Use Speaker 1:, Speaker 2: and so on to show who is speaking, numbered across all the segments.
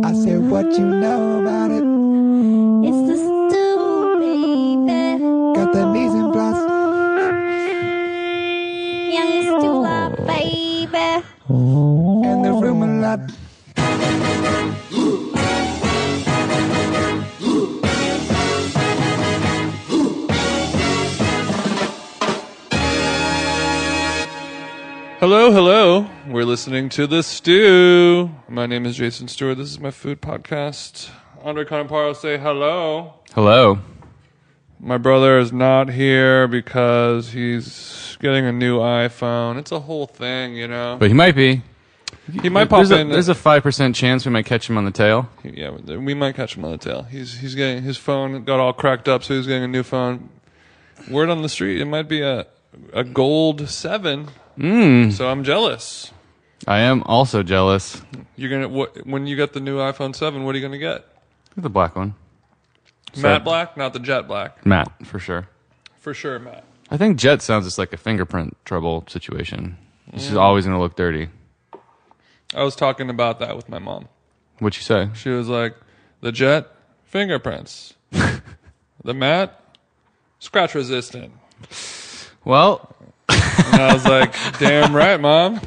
Speaker 1: what you know about it.
Speaker 2: It's the stew, baby.
Speaker 1: Got the mise en place.
Speaker 2: Young stew, baby.
Speaker 1: in the room a lot.
Speaker 3: Hello, hello. We're listening to The Stew. My name is Jason Stewart. This is my food podcast. Andre Conamparo, say hello.
Speaker 4: Hello.
Speaker 3: My brother is not here because he's getting a new iPhone. It's a whole thing, you know.
Speaker 4: But he might be.
Speaker 3: he might pop
Speaker 4: there's
Speaker 3: in.
Speaker 4: A, there's a five percent chance we might catch him on the tail.
Speaker 3: yeah, we might catch him on the tail. He's he's getting his phone got all cracked up, so he's getting a new phone. Word on the street, it might be a a gold seven.
Speaker 4: Hmm.
Speaker 3: Mm. So I'm jealous.
Speaker 4: I am also jealous.
Speaker 3: You're gonna what, when you get the new iPhone seven, what are you gonna get?
Speaker 4: Look at the black one,
Speaker 3: Matte black, not the jet black.
Speaker 4: Matt, for sure.
Speaker 3: For sure, Matt.
Speaker 4: I think jet sounds just like a fingerprint trouble situation. This is always going to look dirty.
Speaker 3: I was talking about that with my mom.
Speaker 4: What you say?
Speaker 3: She was like, the jet, fingerprints. the matte, scratch resistant.
Speaker 4: Well,
Speaker 3: And I was like, damn right, mom.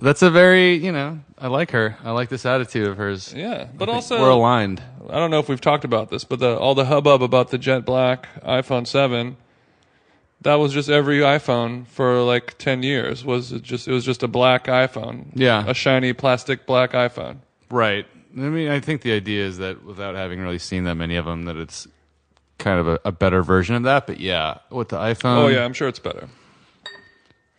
Speaker 4: that's a very you know. I like her. I like this attitude of hers.
Speaker 3: yeah. But
Speaker 4: we're
Speaker 3: also,
Speaker 4: aligned.
Speaker 3: I don't know if we've talked about this, but the, all the hubbub about the jet black iPhone 7. That was just every iPhone for like ten years. Was it just? It was just a black iPhone.
Speaker 4: Yeah.
Speaker 3: a shiny plastic black iPhone.
Speaker 4: Right. I mean, I think the idea is that without having really seen that many of them, that it's kind of a, a better version of that. But yeah, with the iPhone.
Speaker 3: oh yeah, I'm sure it's better.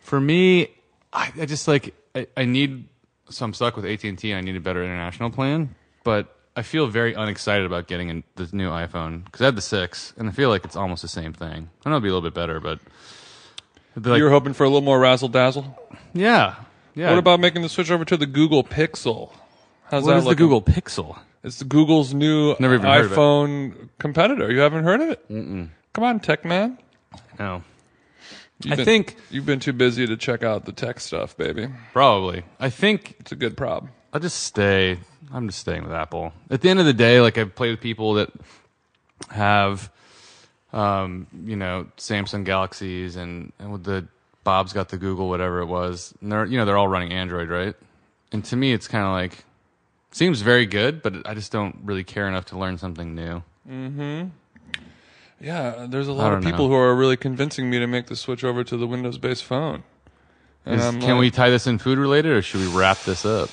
Speaker 4: for me, I, I just like I, I need. So I'm stuck with AT and T, and I need a better international plan. But I feel very unexcited about getting an, this new iPhone because I had the six, and I feel like it's almost the same thing. I know it'll be a little bit better, but it'd be like,
Speaker 3: you were hoping for a little more razzle dazzle.
Speaker 4: yeah, yeah.
Speaker 3: What about making the switch over to the Google Pixel? How's
Speaker 4: what
Speaker 3: that
Speaker 4: is the
Speaker 3: looking?
Speaker 4: Google Pixel?
Speaker 3: It's Google's new
Speaker 4: Never even heard of it.
Speaker 3: iPhone competitor. You haven't heard of it? Mm-mm. Come on, tech man.
Speaker 4: No,
Speaker 3: You've
Speaker 4: Oh. I
Speaker 3: been-
Speaker 4: think
Speaker 3: you've been too busy to check out the tech stuff, baby.
Speaker 4: probably. I think
Speaker 3: It's a good prob.
Speaker 4: I'll just stay. I'm just staying with Apple. At the end of the day, like I've played with people that have, um, you know, Samsung Galaxies and and with the Bob's got the Google whatever it was. And they're you know they're all running Android, right? And to me, it's kind of like seems very good, but I just don't really care enough to learn something new.
Speaker 3: Yeah, there's a lot of
Speaker 4: don't know.
Speaker 3: people who are really convincing me to make the switch over to the Windows-based phone. And
Speaker 4: Is-
Speaker 3: I'm
Speaker 4: can
Speaker 3: like-
Speaker 4: we tie this in food related, or should we wrap this up?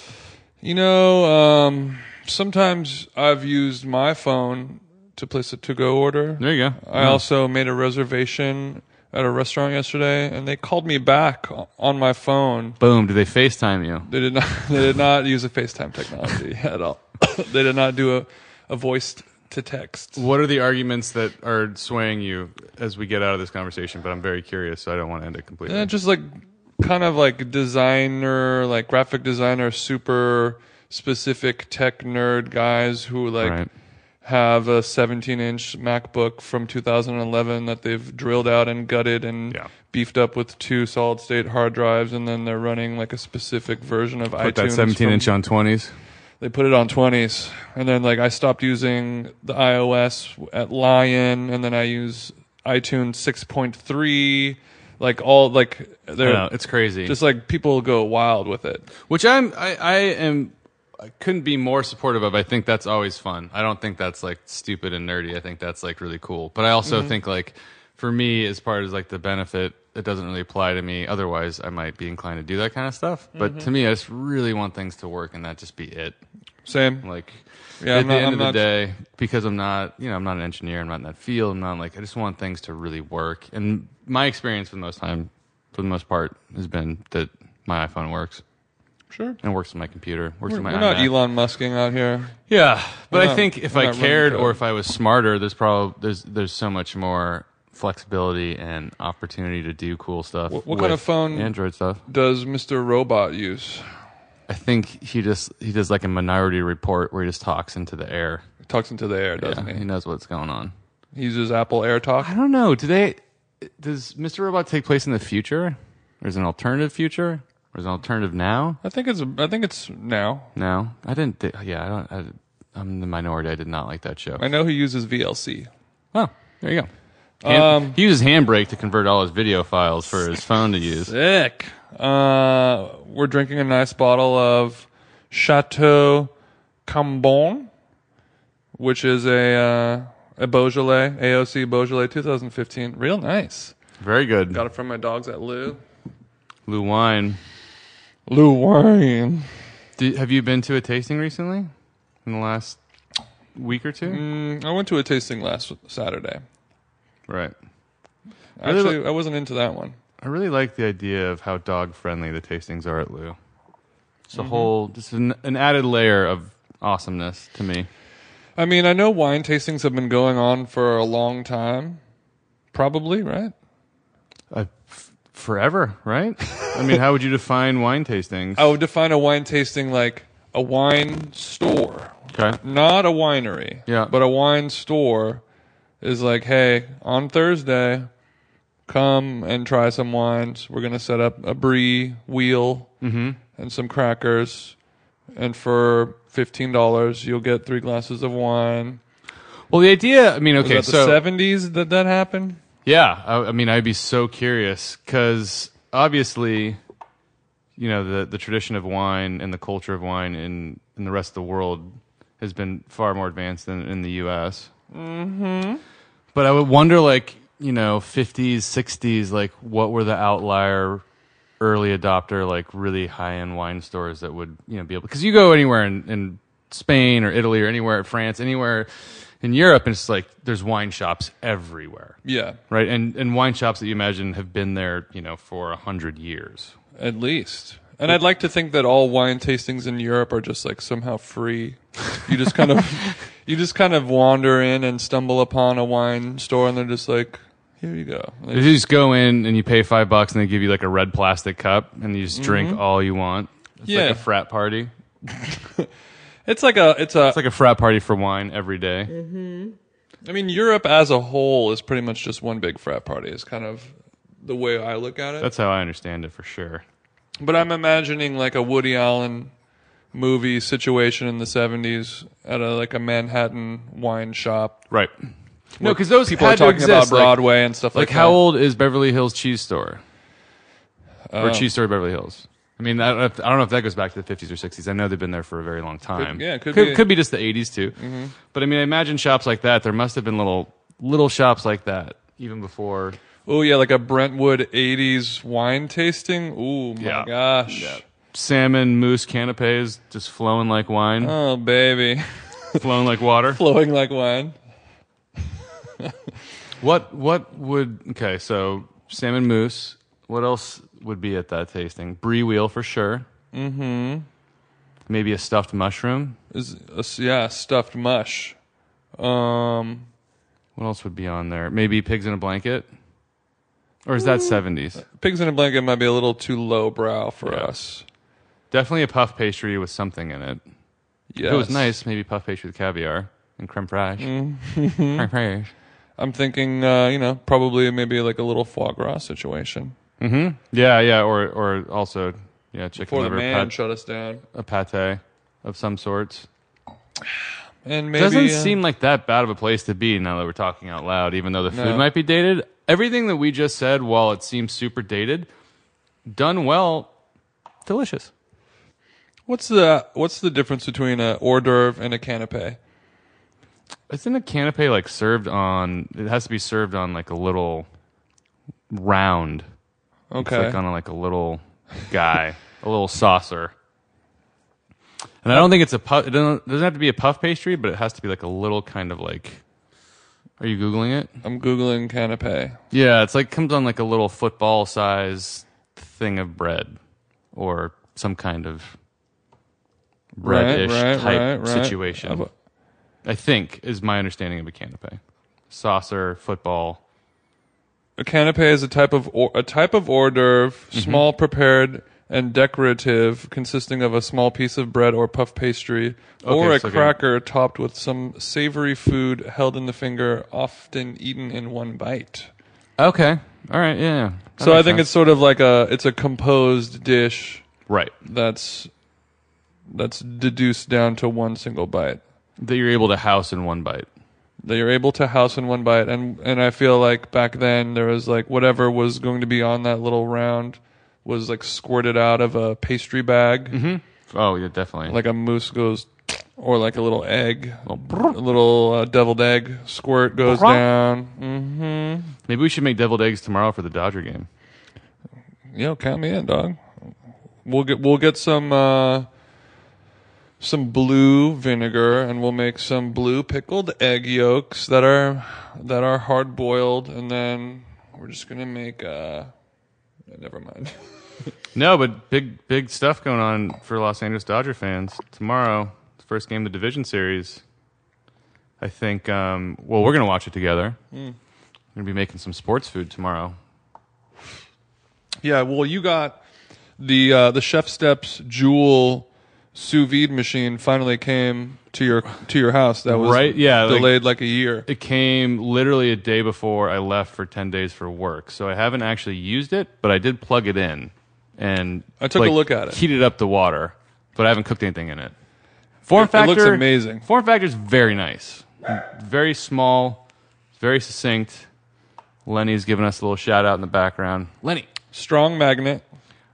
Speaker 3: You know, um, sometimes I've used my phone to place a to-go order.
Speaker 4: There you go.
Speaker 3: I
Speaker 4: Yeah.
Speaker 3: also made a reservation at a restaurant yesterday, and they called me back o- on my phone.
Speaker 4: Boom! Do they FaceTime you?
Speaker 3: They did not. They did not use a FaceTime technology at all. they did not do a, a voice to text.
Speaker 4: What are the arguments that are swaying you as we get out of this conversation? But I'm very curious, so I don't want to end it completely.
Speaker 3: Yeah, Eh, just like kind of like designer, like graphic designer, super specific tech nerd guys who like
Speaker 4: Right.
Speaker 3: have a 17 inch MacBook from 2011 that they've drilled out and gutted and
Speaker 4: Yeah.
Speaker 3: beefed up with two solid state hard drives, and then they're running like a specific version of iTunes.
Speaker 4: Put that 17
Speaker 3: from-
Speaker 4: inch on 20s.
Speaker 3: They put it on 20s, and then like I stopped using the iOS at Lion, and then I use iTunes 6.3. Like all like they're
Speaker 4: No, it's crazy.
Speaker 3: just like people go wild with it.
Speaker 4: Which I'm, I, I am, I couldn't be more supportive of. I think that's always fun. I don't think that's like stupid and nerdy. I think that's like really cool. But I also
Speaker 3: Mm-hmm.
Speaker 4: think like, for me, as part as like the benefit, it doesn't really apply to me. Otherwise, I might be inclined to do that kind of stuff.
Speaker 3: Mm-hmm.
Speaker 4: But to me, I just really want things to work, and that just be it.
Speaker 3: Same.
Speaker 4: Like,
Speaker 3: Yeah,
Speaker 4: at
Speaker 3: I'm
Speaker 4: the
Speaker 3: not-
Speaker 4: end
Speaker 3: I'm
Speaker 4: of the
Speaker 3: not-
Speaker 4: day, because I'm not, you know, I'm not an engineer. I'm not in that field. I'm not like I just want things to really work. And my experience for the most time, for the most part, has been that my iPhone works
Speaker 3: Sure.
Speaker 4: and works on my computer. Works
Speaker 3: We're,
Speaker 4: on my
Speaker 3: we're not
Speaker 4: iMac.
Speaker 3: Elon Musking out here.
Speaker 4: Yeah, but
Speaker 3: We're
Speaker 4: I
Speaker 3: not-
Speaker 4: think if
Speaker 3: we're
Speaker 4: I
Speaker 3: not running
Speaker 4: cared or
Speaker 3: code.
Speaker 4: if I was smarter, there's probably there's there's so much more flexibility and opportunity to do cool stuff.
Speaker 3: What- what kind
Speaker 4: with
Speaker 3: of phone-
Speaker 4: Android stuff.
Speaker 3: Does Mr. Robot use?
Speaker 4: I think he just he does like a minority report where he just talks into the air.
Speaker 3: Talks into the air, doesn't
Speaker 4: Yeah, he
Speaker 3: he?
Speaker 4: knows what's going on.
Speaker 3: He uses Apple AirTalk.
Speaker 4: I don't know. Do they? Does Mr. Robot take place in the future? There's an alternative future. There's an alternative now.
Speaker 3: I think it's I think it's now.
Speaker 4: No, I didn't. Th- yeah, I don't. I, I'm the minority. I did not like that show.
Speaker 3: I know he uses VLC.
Speaker 4: Oh, there you go. Hand-
Speaker 3: Um,
Speaker 4: he uses Handbrake to convert all his video files for his phone to use.
Speaker 3: Sick. Uh, we're drinking a nice bottle of Chateau Cambon, which is a uh, a Beaujolais AOC Beaujolais 2015. Real nice.
Speaker 4: Very good.
Speaker 3: Got it from my dogs at Lou.
Speaker 4: Blue wine.
Speaker 3: Lou Wine.
Speaker 4: Did, have you been to a tasting recently? In the last week or two?
Speaker 3: Mm, I went to a tasting last Saturday.
Speaker 4: Right. Really
Speaker 3: Actually, I wasn't into that one.
Speaker 4: I really like the idea of how dog friendly the tastings are at Lou. It's a whole, just an, an added layer of awesomeness to me.
Speaker 3: I mean, I know wine tastings have been going on for a long time. Probably, right?
Speaker 4: Uh, f- forever, right? I mean, how would you define wine tastings?
Speaker 3: I would define a wine tasting like a wine store,
Speaker 4: okay.
Speaker 3: not a winery.
Speaker 4: Yeah.
Speaker 3: But a wine store is like, hey, on Thursday, come and try some wines. We're going to set up a brie wheel
Speaker 4: Mm-hmm.
Speaker 3: and some crackers. And for $15, you'll get three glasses of wine.
Speaker 4: Well, the idea, I mean,
Speaker 3: Was
Speaker 4: okay,
Speaker 3: that
Speaker 4: so.
Speaker 3: the 70s that that happened?
Speaker 4: Yeah, I, I mean, I'd be so curious because obviously, you know, the the tradition of wine and the culture of wine in in the rest of the world has been far more advanced than in the U.S. Mm-hmm. But I would wonder, like, you know, fifties, sixties, like, what were the outlier? early adopter like really high end wine stores that would you know be able because you go anywhere in, in Spain or Italy or anywhere France anywhere in Europe and it's like there's wine shops everywhere
Speaker 3: Yeah,
Speaker 4: right? And and wine shops that you imagine have been there, you know, for a hundred years.
Speaker 3: at least. And I'd like to think that all wine tastings in Europe are just like somehow free. You just kind of you just kind of wander in and stumble upon a wine store and they're just like, "Here you go." And they
Speaker 4: You just go in and you pay five bucks, and they give you like a red plastic cup, and you just drink all you want. It's
Speaker 3: Yeah.
Speaker 4: like a frat party.
Speaker 3: It's like a it's a. I
Speaker 4: It's like a frat party for wine every day.
Speaker 3: mean, Europe as a whole is pretty much just one big frat party. Is kind of the way I look at it.
Speaker 4: That's how I understand it for sure.
Speaker 3: but I'm imagining like a Woody Allen movie situation in the 70s at a like a Manhattan wine shop.
Speaker 4: Right. No,
Speaker 3: where
Speaker 4: because those
Speaker 3: people
Speaker 4: had
Speaker 3: are
Speaker 4: to
Speaker 3: talking
Speaker 4: exist,
Speaker 3: about
Speaker 4: like-
Speaker 3: Broadway and stuff like,
Speaker 4: Like,
Speaker 3: that.
Speaker 4: how old is Beverly Hills Cheese Store or
Speaker 3: Oh.
Speaker 4: Cheese Store Beverly Hills? I mean, I don't, know if, I don't know if that goes back to the 50s or 60s. I know they've been there for a very long time.
Speaker 3: yeah, could
Speaker 4: could
Speaker 3: be. Mm-hmm.
Speaker 4: could be just the 80s too. But I mean, I imagine shops like that. There must have been little little shops like that even before.
Speaker 3: Oh yeah, like a Brentwood '80s wine tasting. Oh my
Speaker 4: Yeah.
Speaker 3: gosh.
Speaker 4: Salmon mousse canapes just flowing like wine,
Speaker 3: Oh baby,
Speaker 4: flowing like water.
Speaker 3: flowing like wine.
Speaker 4: What what would okay? So salmon mousse. What else would be at that tasting? Brie wheel for sure. Mm-hmm. Maybe a stuffed mushroom.
Speaker 3: Is a s yeah, stuffed mush. Um,
Speaker 4: What else would be on there? Maybe pigs in a blanket. Or is that
Speaker 3: Mm.
Speaker 4: seventies?
Speaker 3: pigs in a blanket might be a little too low brow for
Speaker 4: Yeah.
Speaker 3: us.
Speaker 4: Definitely a puff pastry with something in it.
Speaker 3: Yeah,
Speaker 4: If it was nice, maybe puff pastry with caviar and creme fraiche.
Speaker 3: Mm-hmm.
Speaker 4: creme fraiche.
Speaker 3: I'm thinking, uh, you know, probably maybe like a little foie gras situation.
Speaker 4: Yeah, yeah, or or also yeah, chicken
Speaker 3: Before the
Speaker 4: liver
Speaker 3: man
Speaker 4: pat-
Speaker 3: shut us down,
Speaker 4: a pate of some sorts.
Speaker 3: and maybe
Speaker 4: Doesn't
Speaker 3: uh,
Speaker 4: seem like that bad of a place to be now that we're talking out loud, even though the food
Speaker 3: No.
Speaker 4: might be dated. Everything that we just said, while it seems super dated, done well, delicious.
Speaker 3: what's the what's the difference between a hors d'oeuvre and a canapé?
Speaker 4: Isn't a canapé like served on? It has to be served on like a little round. It's
Speaker 3: Okay,
Speaker 4: like on like a little guy, a little saucer. And I don't think it's a puff. It doesn't, it doesn't have to be a puff pastry, but it has to be like a little kind of like. Are you googling it?
Speaker 3: I'm googling canapé.
Speaker 4: Yeah, it's like comes on like a little football size thing of bread, or some kind of breadish
Speaker 3: right,
Speaker 4: type
Speaker 3: right, right.
Speaker 4: situation.
Speaker 3: I've-
Speaker 4: I think is my understanding of a canapé, saucer, football.
Speaker 3: A canapé is a type of or, a type of hors d'oeuvre, small, prepared, and decorative, consisting of a small piece of bread or puff pastry, or a
Speaker 4: so good.
Speaker 3: cracker topped with some savory food held in the finger, often eaten in one bite.
Speaker 4: Okay, all right, yeah.
Speaker 3: so I think it's sort of like a it's a composed dish
Speaker 4: Right.
Speaker 3: That's that's deduced down to one single bite
Speaker 4: That you're able to house in one bite.
Speaker 3: that you're able to house in one bite. And and I feel like back then there was like whatever was going to be on that little round was like squirted out of a pastry bag,
Speaker 4: Oh, yeah, definitely.
Speaker 3: like a moose goes, or like a little egg, a little uh, deviled egg squirt goes down. Mm-hmm.
Speaker 4: Maybe we should make deviled eggs tomorrow for the Dodger game.
Speaker 3: Yo, count me in, dog. We'll get we'll get some uh, some blue vinegar, and we'll make some blue pickled egg yolks that are that are hard boiled, and then we're just gonna make. Uh, never mind.
Speaker 4: No, but big big stuff going on for Los Angeles Dodger fans tomorrow. The first game of the division series. I think. Um, well, we're gonna watch it together. We're gonna be making some sports food tomorrow.
Speaker 3: yeah, well, you got the uh, the chef steps jewel sous vide machine finally came to your to your house. That was
Speaker 4: Right, yeah, like-
Speaker 3: delayed like, a year.
Speaker 4: It came literally a day before I left for ten days for work, so I haven't actually used it, but I did plug it in, and
Speaker 3: I took a look at it.
Speaker 4: heated up the water, but I haven't cooked anything in it. Form
Speaker 3: It
Speaker 4: factor
Speaker 3: looks amazing.
Speaker 4: Form factor is very nice, very small, very succinct. Lenny's giving us a little shout out in the background. Lenny,
Speaker 3: Strong magnet.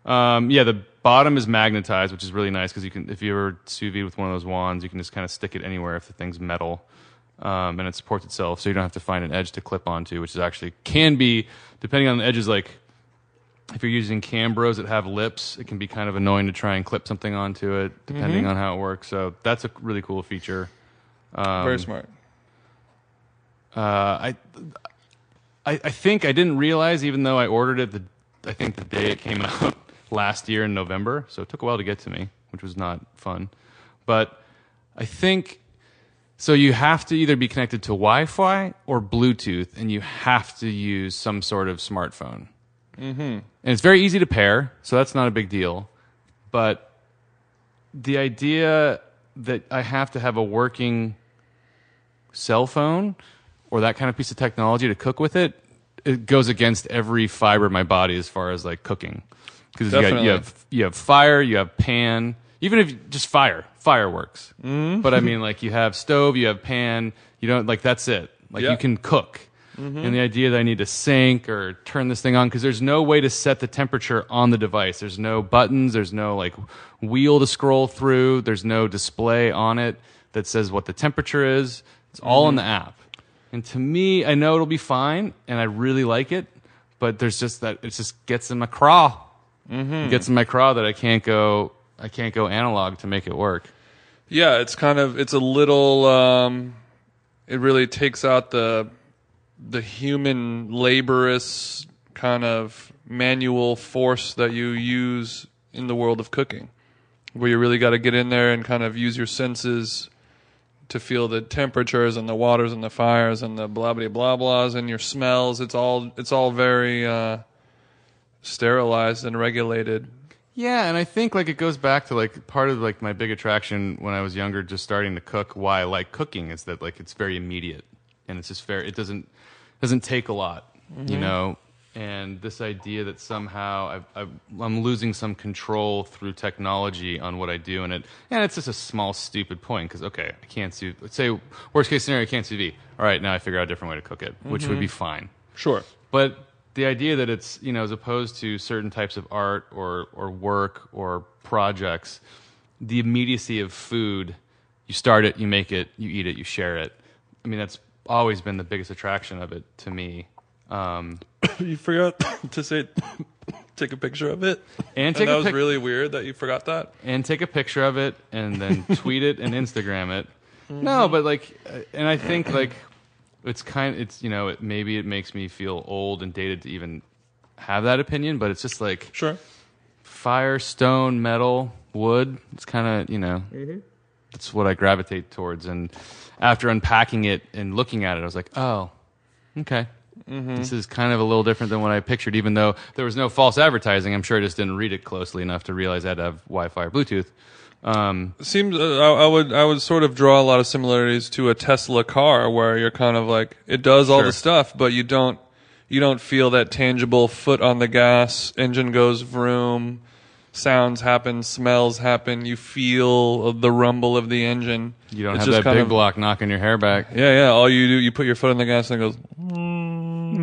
Speaker 4: um, yeah, the bottom is magnetized, which is really nice because you can, if you ever sous vide with one of those wands, you can just kind of stick it anywhere if the thing's metal, um, and it supports itself, so you don't have to find an edge to clip onto, which is actually can be depending on the edges. Like if you're using cambros that have lips, it can be kind of annoying to try and clip something onto it, depending on how it works. So that's a really cool feature. Um,
Speaker 3: Very smart.
Speaker 4: Uh, I, I, I think I didn't realize, even though I ordered it, the I think the day it came out last year in November, so it took a while to get to me, which was not fun. But I think so. You have to either be connected to Wi-Fi or Bluetooth, and you have to use some sort of smartphone. Mm-hmm. And it's very easy to pair, so that's not a big deal. But the idea that I have to have a working cell phone or that kind of piece of technology to cook with it, it goes against every fiber of my body as far as like cooking. Because you, got-
Speaker 3: Definitely.
Speaker 4: you have you have fire, you have pan, even if you- just fire, fireworks. But I mean, like you have stove, you have pan, you don't like that's it. Like
Speaker 3: Yeah.
Speaker 4: you can cook. And the idea that I need to sync or turn this thing on because there's no way to set the temperature on the device. There's no buttons. There's no like wheel to scroll through. There's no display on it that says what the temperature is. It's all in the app. And to me, I know it'll be fine, and I really like it. But there's just that it just gets in my craw. It Gets in my craw that I can't go. I can't go analog to make it work.
Speaker 3: Yeah, it's kind of it's a little um it really takes out the the human laborious kind of manual force that you use in the world of cooking. Where you really got to get in there and kind of use your senses to feel the temperatures and the waters and the fires and the blah blah blah blahs and your smells. It's all it's all very uh sterilized and regulated.
Speaker 4: Yeah, and I think like it goes back to like part of like my big attraction when I was younger, just starting to cook. Why I like cooking is that like it's very immediate, and it's just fair. It doesn't doesn't take a lot, you know. And this idea that somehow I've, I've, I'm losing some control through technology on what I do, and it and it's just a small stupid point because okay, I can't see. Let's say worst case scenario, I can't CV. All right, now I figure out a different way to cook it, which would be fine.
Speaker 3: Sure.
Speaker 4: But the idea that it's you know as opposed to certain types of art or or work or projects, the immediacy of food, you start it, you make it, you eat it, you share it. I mean that's always been the biggest attraction of it to me. Um,
Speaker 3: You forgot to say, take a picture of it.
Speaker 4: And take
Speaker 3: that
Speaker 4: a
Speaker 3: was
Speaker 4: pic-
Speaker 3: really weird that you forgot that.
Speaker 4: and take a picture of it and then tweet it and Instagram it.
Speaker 3: Mm-hmm.
Speaker 4: No, but like, uh, and I think like it's kind. It's you know it, maybe it makes me feel old and dated to even have that opinion, but it's just like
Speaker 3: Sure.
Speaker 4: fire, stone, metal, wood. It's kind of you know, that's what I gravitate towards. And after unpacking it and looking at it, I was like, oh, okay, this is kind of a little different than what I pictured. Even though there was no false advertising, I'm sure I just didn't read it closely enough to realize I had to have Wi-Fi or Bluetooth. Um,
Speaker 3: Seems uh, I, I would I would sort of draw a lot of similarities to a Tesla car, where you're kind of like it does all
Speaker 4: Sure.
Speaker 3: the stuff, but you don't you don't feel that tangible foot on the gas, engine goes vroom, sounds happen, smells happen. You feel the rumble of the engine.
Speaker 4: You don't
Speaker 3: It's
Speaker 4: have
Speaker 3: just
Speaker 4: that
Speaker 3: kind
Speaker 4: big
Speaker 3: of-
Speaker 4: block knocking your hair back.
Speaker 3: Yeah, yeah. All you do, you put your foot on the gas and it goes.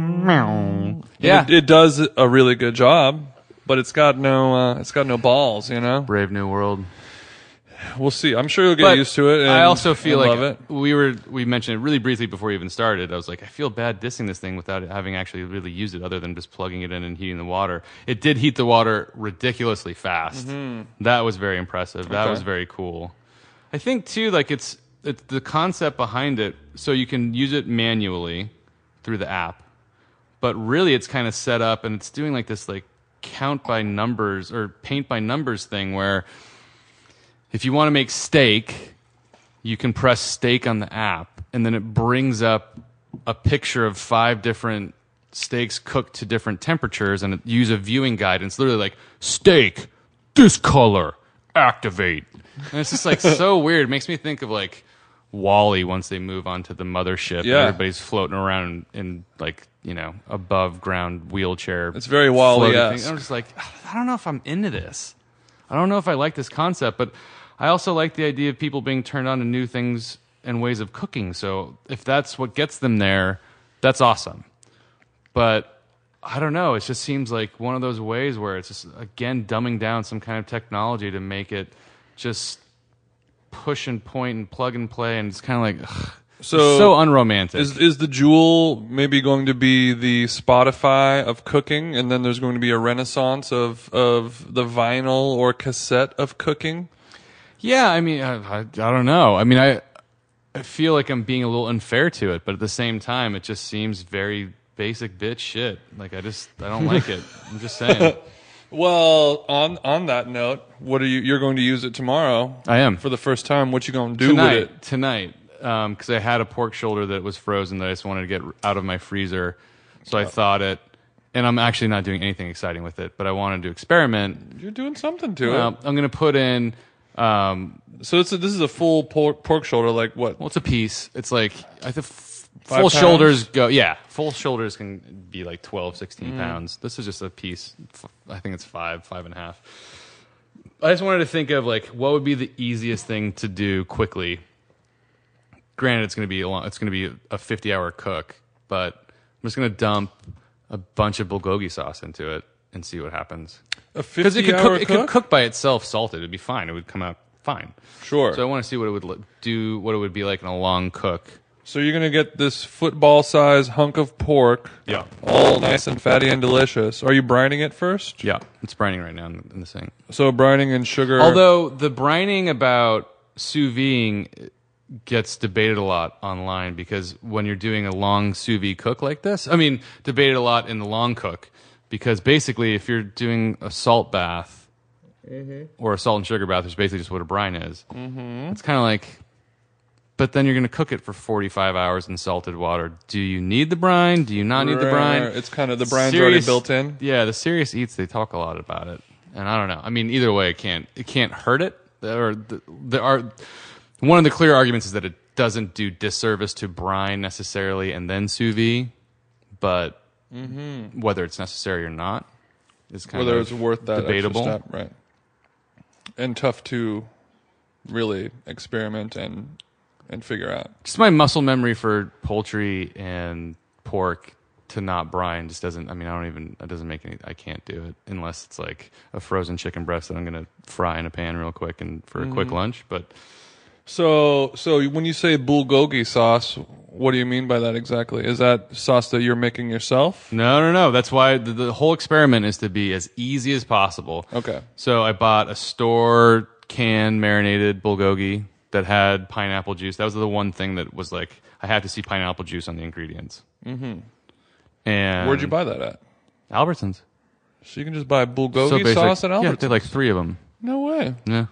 Speaker 4: Yeah.
Speaker 3: it, it does a really good job, but it's got no, uh, it's got no balls. You know,
Speaker 4: Brave New World.
Speaker 3: we'll see. I'm sure you'll get used to it. And,
Speaker 4: I also feel
Speaker 3: and
Speaker 4: like
Speaker 3: love it.
Speaker 4: we were we mentioned it really briefly before we even started. I was like, I feel bad dissing this thing without having actually really used it, other than just plugging it in and heating the water. It did heat the water ridiculously fast. That was very impressive. That
Speaker 3: Mm-hmm. Okay.
Speaker 4: was very cool. I think too, like it's it's the concept behind it. So you can use it manually through the app, but really it's kind of set up and it's doing like this like count by numbers or paint by numbers thing where if you want to make steak, you can press steak on the app and then it brings up a picture of five different steaks cooked to different temperatures and it- use a viewing guide. And it's literally like steak, this color, activate. And it's just like so weird. It makes me think of like Wally once they move onto the mothership.
Speaker 3: Yeah.
Speaker 4: Everybody's floating around in like, you know, above ground wheelchair.
Speaker 3: It's very
Speaker 4: floaty thing.
Speaker 3: Wall-E-esque.
Speaker 4: I'm just like, I don't know if I'm into this. I don't know if I like this concept, but I also like the idea of people being turned on to new things and ways of cooking. So if that's what gets them there, that's awesome. But I don't know. It just seems like one of those ways where it's just, again, dumbing down some kind of technology to make it just push and point and plug and play. And it's kind of like, ugh, it's
Speaker 3: So-
Speaker 4: so unromantic.
Speaker 3: Is is the Jewel maybe going to be the Spotify of cooking, and then there's going to be a renaissance of of the vinyl or cassette of cooking?
Speaker 4: Yeah, I mean, I, I, I don't know. I mean, I I feel like I'm being a little unfair to it, but at the same time, it just seems very basic bitch shit. Like I just I don't like it. I'm just saying.
Speaker 3: Well, on on that note, what are you? You're going to use it tomorrow
Speaker 4: I am
Speaker 3: for the first time. What you going to do with it?
Speaker 4: tonight tonight because I had a pork shoulder that was frozen that I just wanted to get out of my freezer, so I
Speaker 3: Oh.
Speaker 4: thawed it. And I'm actually not doing anything exciting with it, but I wanted to experiment.
Speaker 3: You're doing something to
Speaker 4: Uh, I'm going to put in um,
Speaker 3: it. So it's a, this is a full pork, pork shoulder. Like what?
Speaker 4: Well, it's a piece. It's like I think f-
Speaker 3: Five
Speaker 4: full
Speaker 3: pounds?
Speaker 4: shoulders go. Yeah, full shoulders can be like 12, 16 pounds. This is just a piece. F- I think it's five, five and a half. I just wanted to think of like what would be the easiest thing to do quickly. Granted, it's going to be a long, it's going to be a fifty-hour cook, but I'm just going to dump a bunch of bulgogi sauce into it and see what happens.
Speaker 3: A
Speaker 4: Because it could
Speaker 3: fifty-hour
Speaker 4: cook,
Speaker 3: cook,
Speaker 4: it could cook by itself, salted. It'd be fine. It would come out fine.
Speaker 3: Sure.
Speaker 4: So I want to see what it would look- do, what it would be like in a long cook.
Speaker 3: So you're gonna get this football size hunk of pork.
Speaker 4: Yeah.
Speaker 3: All nice and fatty and delicious. Are you brining it first?
Speaker 4: Yeah, it's brining right now in in the sink.
Speaker 3: So brining and sugar.
Speaker 4: Although the brining about sous videing gets debated a lot online because when you're doing a long sous vide cook like this, I mean, debated a lot in the long cook because basically if you're doing a salt bath or a salt and sugar bath, which is basically just what a brine is, it's kind of like. But then you're going to cook it for 45 hours in salted water. Do you need the brine? Do you not need the brine?
Speaker 3: Right. It's kind of the brine's already
Speaker 4: serious-
Speaker 3: built in.
Speaker 4: Yeah, the serious eats they talk a lot about it, and I don't know. I mean, either way, it can't it can't hurt it. Or the, there are one of the clear arguments is that it doesn't do disservice to brine necessarily, and then sous vide, but whether it's necessary or not is kind
Speaker 3: Mm-hmm. Whether
Speaker 4: of
Speaker 3: it's worth that extra
Speaker 4: debatable.
Speaker 3: step, right? And tough to really experiment and and figure out.
Speaker 4: Just my muscle memory for poultry and pork to not brine just doesn't. I mean, I don't even. It doesn't make any. I can't do it unless it's like a frozen chicken breast that I'm gonna fry in a pan real quick and for a
Speaker 3: Mm-hmm.
Speaker 4: quick lunch. But
Speaker 3: So so when you say bulgogi sauce, what do you mean by that exactly? Is that sauce that you're making yourself?
Speaker 4: No, no, no. That's why the, the whole experiment is to be as easy as possible.
Speaker 3: Okay.
Speaker 4: So I bought a store can marinated bulgogi that had pineapple juice. That was the one thing that was like I had to see pineapple juice on the ingredients. Mm-hmm. And
Speaker 3: Where'd you buy that at?
Speaker 4: Albertsons?
Speaker 3: So you can just buy bulgogi
Speaker 4: basic.
Speaker 3: sauce at
Speaker 4: Yeah,
Speaker 3: Albert's.
Speaker 4: they had like three of them.
Speaker 3: no way.
Speaker 4: Yeah.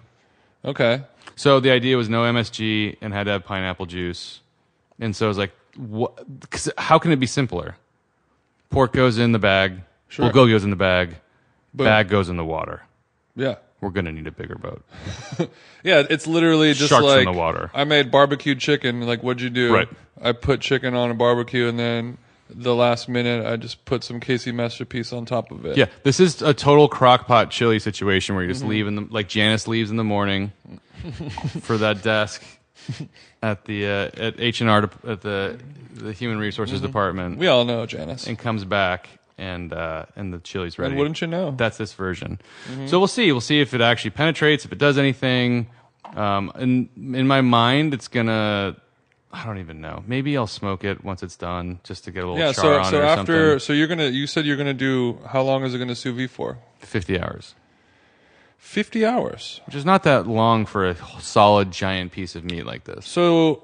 Speaker 3: Okay.
Speaker 4: So the idea was no MSG and had to have pineapple juice. And so I was like, what? 'cause how can it be simpler? Pork goes in the bag.
Speaker 3: Sure.
Speaker 4: Bulgogi goes in the bag.
Speaker 3: Boom.
Speaker 4: Bag goes in the water.
Speaker 3: Yeah.
Speaker 4: we're gonna need a bigger boat.
Speaker 3: Yeah, it's literally just
Speaker 4: Sharks
Speaker 3: like
Speaker 4: in the water.
Speaker 3: I made barbecued chicken. Like, what'd you do?
Speaker 4: Right.
Speaker 3: I put chicken on a barbecue and then the last minute, I just put some Casey masterpiece on top of it.
Speaker 4: Yeah, this is a total crockpot chili situation where you
Speaker 3: Mm-hmm.
Speaker 4: just leave in the like Janice leaves in the morning for that desk at the uh, at H and R at the the Human Resources Department
Speaker 3: Mm-hmm. we all know Janice.
Speaker 4: and comes back and uh, and the chili's ready.
Speaker 3: And wouldn't you know? Mm-hmm.
Speaker 4: That's this version. So we'll see. We'll see if it actually penetrates, if it does anything. Um, in in my mind, it's gonna. I don't even know. Maybe I'll smoke it once it's done, just to get a little
Speaker 3: yeah.
Speaker 4: char
Speaker 3: So
Speaker 4: on
Speaker 3: so
Speaker 4: it or
Speaker 3: after
Speaker 4: something.
Speaker 3: so you're gonna you said you're gonna do how long is it gonna sous vide for?
Speaker 4: Fifty hours.
Speaker 3: Fifty hours.
Speaker 4: which is not that long for a solid giant piece of meat like this.
Speaker 3: So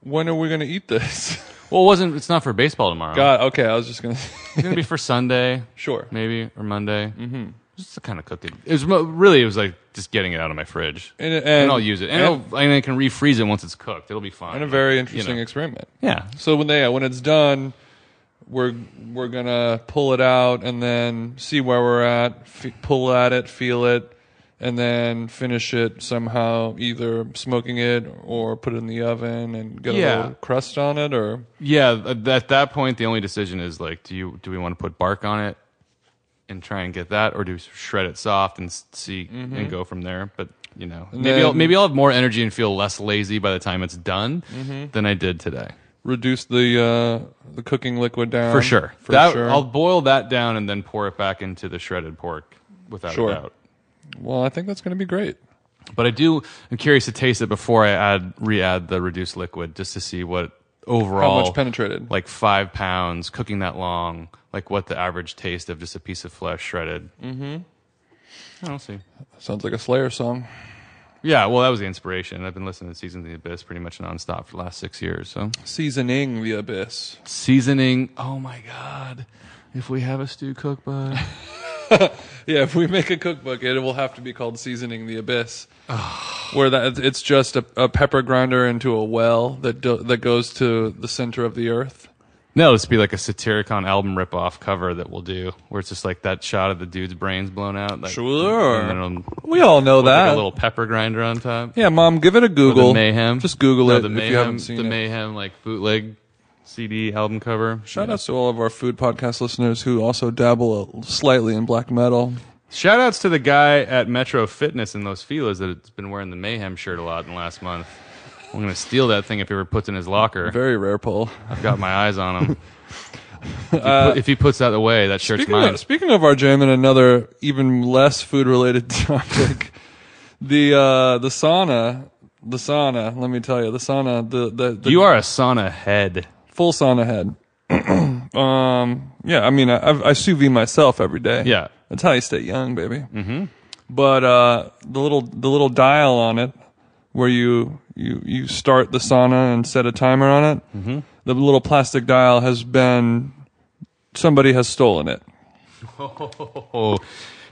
Speaker 3: when are we gonna eat this?
Speaker 4: Well, it wasn't. It's not for baseball tomorrow.
Speaker 3: God. Okay. I was just gonna.
Speaker 4: It's gonna be for Sunday,
Speaker 3: sure.
Speaker 4: maybe or Monday. Mm-hmm. Just to kind of cook it. It was mo- really. It was like just getting it out of my fridge,
Speaker 3: And, and,
Speaker 4: and I'll use it, and,
Speaker 3: and,
Speaker 4: it'll, and I can refreeze it once it's cooked. It'll be fine.
Speaker 3: and a very interesting experiment.
Speaker 4: yeah.
Speaker 3: So when they when it's done, we're we're gonna pull it out and then see where we're at, f- pull at it, feel it, and then finish it somehow, either smoking it or put it in the oven and get
Speaker 4: Yeah.
Speaker 3: a little crust on it, or
Speaker 4: Yeah, at at that point, the only decision is like, do you do we want to put bark on it and try and get that, or do we shred it soft and s- see and go from there? But you know, maybe I'll,
Speaker 3: Mm-hmm. then-
Speaker 4: maybe I'll have more energy and feel less lazy by the time it's done
Speaker 3: Mm-hmm.
Speaker 4: than I did today,
Speaker 3: reduce the uh, the cooking liquid down
Speaker 4: for sure.
Speaker 3: For
Speaker 4: that,
Speaker 3: sure.
Speaker 4: I'll boil that down and then pour it back into the shredded pork without
Speaker 3: Sure.
Speaker 4: a doubt.
Speaker 3: well, I think that's gonna be great.
Speaker 4: But I do. I'm curious to taste it before I add re-add the reduced liquid just to see what overall
Speaker 3: How much penetrated?
Speaker 4: like five pounds cooking that long like what the average taste of just a piece of flesh shredded mm-hmm i don't see
Speaker 3: Sounds like a Slayer song.
Speaker 4: yeah well that was the inspiration i've been listening to seasons of the abyss pretty much nonstop for the last six years so
Speaker 3: Seasoning the abyss.
Speaker 4: seasoning oh my god if we have a stew cookbook
Speaker 3: Yeah, if we make a cookbook, it will have to be called Seasoning the Abyss,
Speaker 4: Ah.
Speaker 3: where that it's just a, a pepper grinder into a well that do, that goes to the center of the earth.
Speaker 4: no this be like a satiricon album ripoff cover that we'll do where it's just like that shot of the dude's brains blown out like,
Speaker 3: Sure.
Speaker 4: and then it'll-
Speaker 3: We all know
Speaker 4: with, like
Speaker 3: that.
Speaker 4: a little pepper grinder on top
Speaker 3: yeah, mom, give it a
Speaker 4: Or the
Speaker 3: Google.
Speaker 4: mayhem.
Speaker 3: Just Google
Speaker 4: No,
Speaker 3: it
Speaker 4: The
Speaker 3: if
Speaker 4: mayhem,
Speaker 3: you haven't seen
Speaker 4: the
Speaker 3: it.
Speaker 4: mayhem like bootleg CD album cover.
Speaker 3: Shout outs to all of our food podcast listeners who also dabble slightly in black metal.
Speaker 4: Shout outs to the guy at Metro Fitness in Los Feliz that's been wearing the mayhem shirt a lot in the last month. I'm gonna steal that thing if he ever puts it in his locker.
Speaker 3: Very rare poll.
Speaker 4: I've got my eyes on him. If he, put- if he puts that away, that shirt's
Speaker 3: Uh, Speaking
Speaker 4: mine.
Speaker 3: of, speaking of our jam and another even less food related topic, the uh, the sauna, the sauna. Let me tell you, the sauna. The the, the
Speaker 4: you are a sauna head.
Speaker 3: full sauna head. um, yeah, I mean, I, I sous vide myself every day.
Speaker 4: Yeah.
Speaker 3: that's how you stay young, baby. Mm-hmm. But uh, the little the little dial on it, where you you you start the sauna and set a timer on it. Mm-hmm. The little plastic dial has been somebody has stolen it.
Speaker 4: Oh,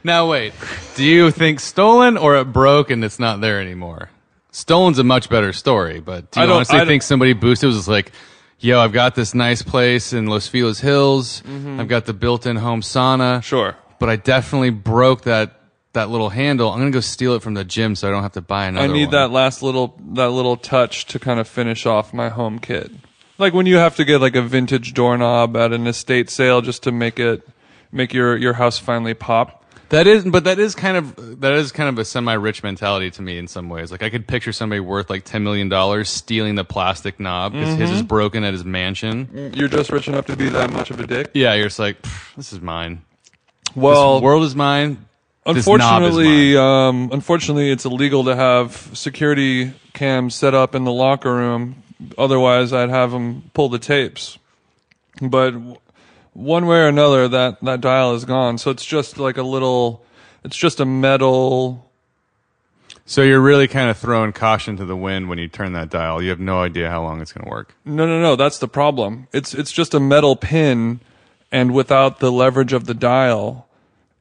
Speaker 4: now wait. Do you think stolen or it broke and it's not there anymore? Stolen's a much better story, but do
Speaker 3: I
Speaker 4: you
Speaker 3: don't- I
Speaker 4: honestly
Speaker 3: don't-
Speaker 4: think somebody boosted was like, "Yo, I've got this nice place in Los Feliz Hills. I've got the built-in home sauna,
Speaker 3: Mm-hmm. Sure.
Speaker 4: but I definitely broke that that little handle. I'm gonna go steal it from the gym so I don't have to buy another."
Speaker 3: I need
Speaker 4: one."
Speaker 3: that last little that little touch to kind of finish off my home kit. Like when you have to get like a vintage doorknob at an estate sale just to make it make your your house finally pop.
Speaker 4: That is, but that is kind of that is kind of a semi-rich mentality to me in some ways. Like I could picture somebody worth like ten million dollars stealing the plastic knob because his
Speaker 3: Mm-hmm.
Speaker 4: is broken at his mansion.
Speaker 3: You're just rich enough to be that much of a dick.
Speaker 4: Yeah, you're just like, "Pff, this is mine.
Speaker 3: Well,
Speaker 4: this world is mine. This knob is
Speaker 3: unfortunately,
Speaker 4: mine."
Speaker 3: um, unfortunately, it's illegal to have security cams set up in the locker room. Otherwise, I'd have them pull the tapes. But w- one way or another, that that dial is gone. So it's just like a little, it's just a metal.
Speaker 4: so you're really kind of throwing caution to the wind when you turn that dial. You have no idea how long it's going to work.
Speaker 3: No, no, no. That's the problem. It's it's just a metal pin, and without the leverage of the dial,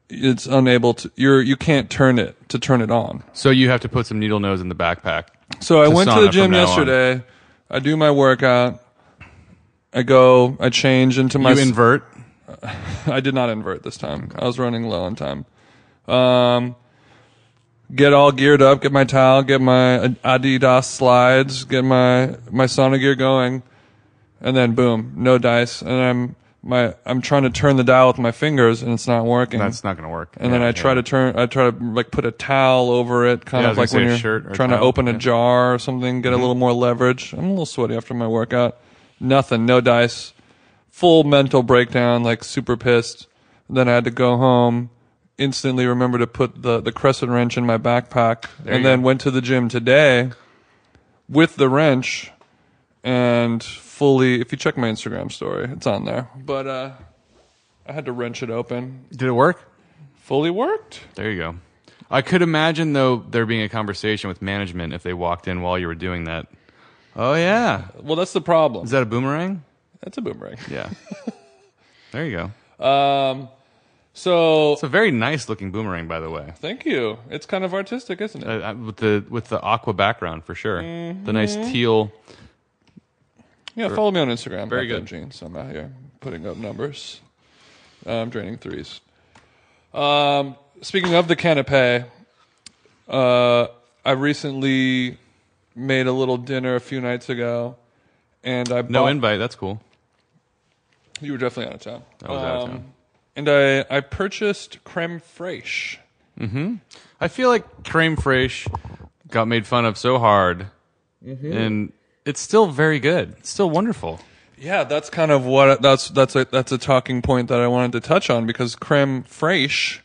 Speaker 3: it's unable to. You're you can't turn it to turn it on.
Speaker 4: So you have to put some needle nose in the backpack.
Speaker 3: So I went to
Speaker 4: sauna
Speaker 3: the
Speaker 4: from
Speaker 3: gym
Speaker 4: now on.
Speaker 3: yesterday. I do my workout. I go. I change into my.
Speaker 4: You invert.
Speaker 3: I did not invert this time. I was running low on time. Um, get all geared up. Get my towel. Get my Adidas slides. Get my my sauna gear going. and then boom, no dice, and I'm my I'm trying to turn the dial with my fingers, and it's not working.
Speaker 4: That's not going to work.
Speaker 3: and then I try to turn, I try to like put a towel over it, kind
Speaker 4: Yeah, I
Speaker 3: of like
Speaker 4: was gonna
Speaker 3: when you're
Speaker 4: say a shirt or a
Speaker 3: trying to
Speaker 4: towel,
Speaker 3: open a
Speaker 4: yeah. Mm-hmm.
Speaker 3: jar or something, get a little more leverage. I'm a little sweaty after my workout. Nothing, no dice, full mental breakdown, like super pissed. Then I had to go home. Instantly remember to put the the crescent wrench in my backpack, and
Speaker 4: you
Speaker 3: then
Speaker 4: go.
Speaker 3: went to the gym today with the wrench and fully. If you check my Instagram story, it's on there. But uh, I had to wrench it open.
Speaker 4: Did it work?
Speaker 3: Fully worked.
Speaker 4: There you go. I could imagine though there being a conversation with management if they walked in while you were doing that. Oh yeah,
Speaker 3: Well, that's the problem.
Speaker 4: is that a boomerang?
Speaker 3: That's a boomerang.
Speaker 4: Yeah. there you go.
Speaker 3: So,
Speaker 4: It's a very nice looking boomerang, by the way.
Speaker 3: thank you. It's kind of artistic, isn't it?
Speaker 4: Uh, uh, with the with the aqua background for sure.
Speaker 3: Mm-hmm.
Speaker 4: The nice teal.
Speaker 3: yeah, follow me on Instagram.
Speaker 4: Very
Speaker 3: Hot Dog
Speaker 4: good.
Speaker 3: Jeans. I'm out here putting up numbers. Uh, I'm draining threes. Um, speaking of the canape, uh, I recently made a little dinner a few nights ago, and I
Speaker 4: No
Speaker 3: bought-
Speaker 4: invite. That's cool.
Speaker 3: You were definitely out of town. I
Speaker 4: was out of
Speaker 3: um,
Speaker 4: town.
Speaker 3: And I, I purchased creme fraiche.
Speaker 4: I feel like creme fraiche got made fun of so hard,
Speaker 3: Mm-hmm.
Speaker 4: and it's still very good. It's still wonderful.
Speaker 3: Yeah, that's kind of what that's that's a that's a talking point that I wanted to touch on because creme fraiche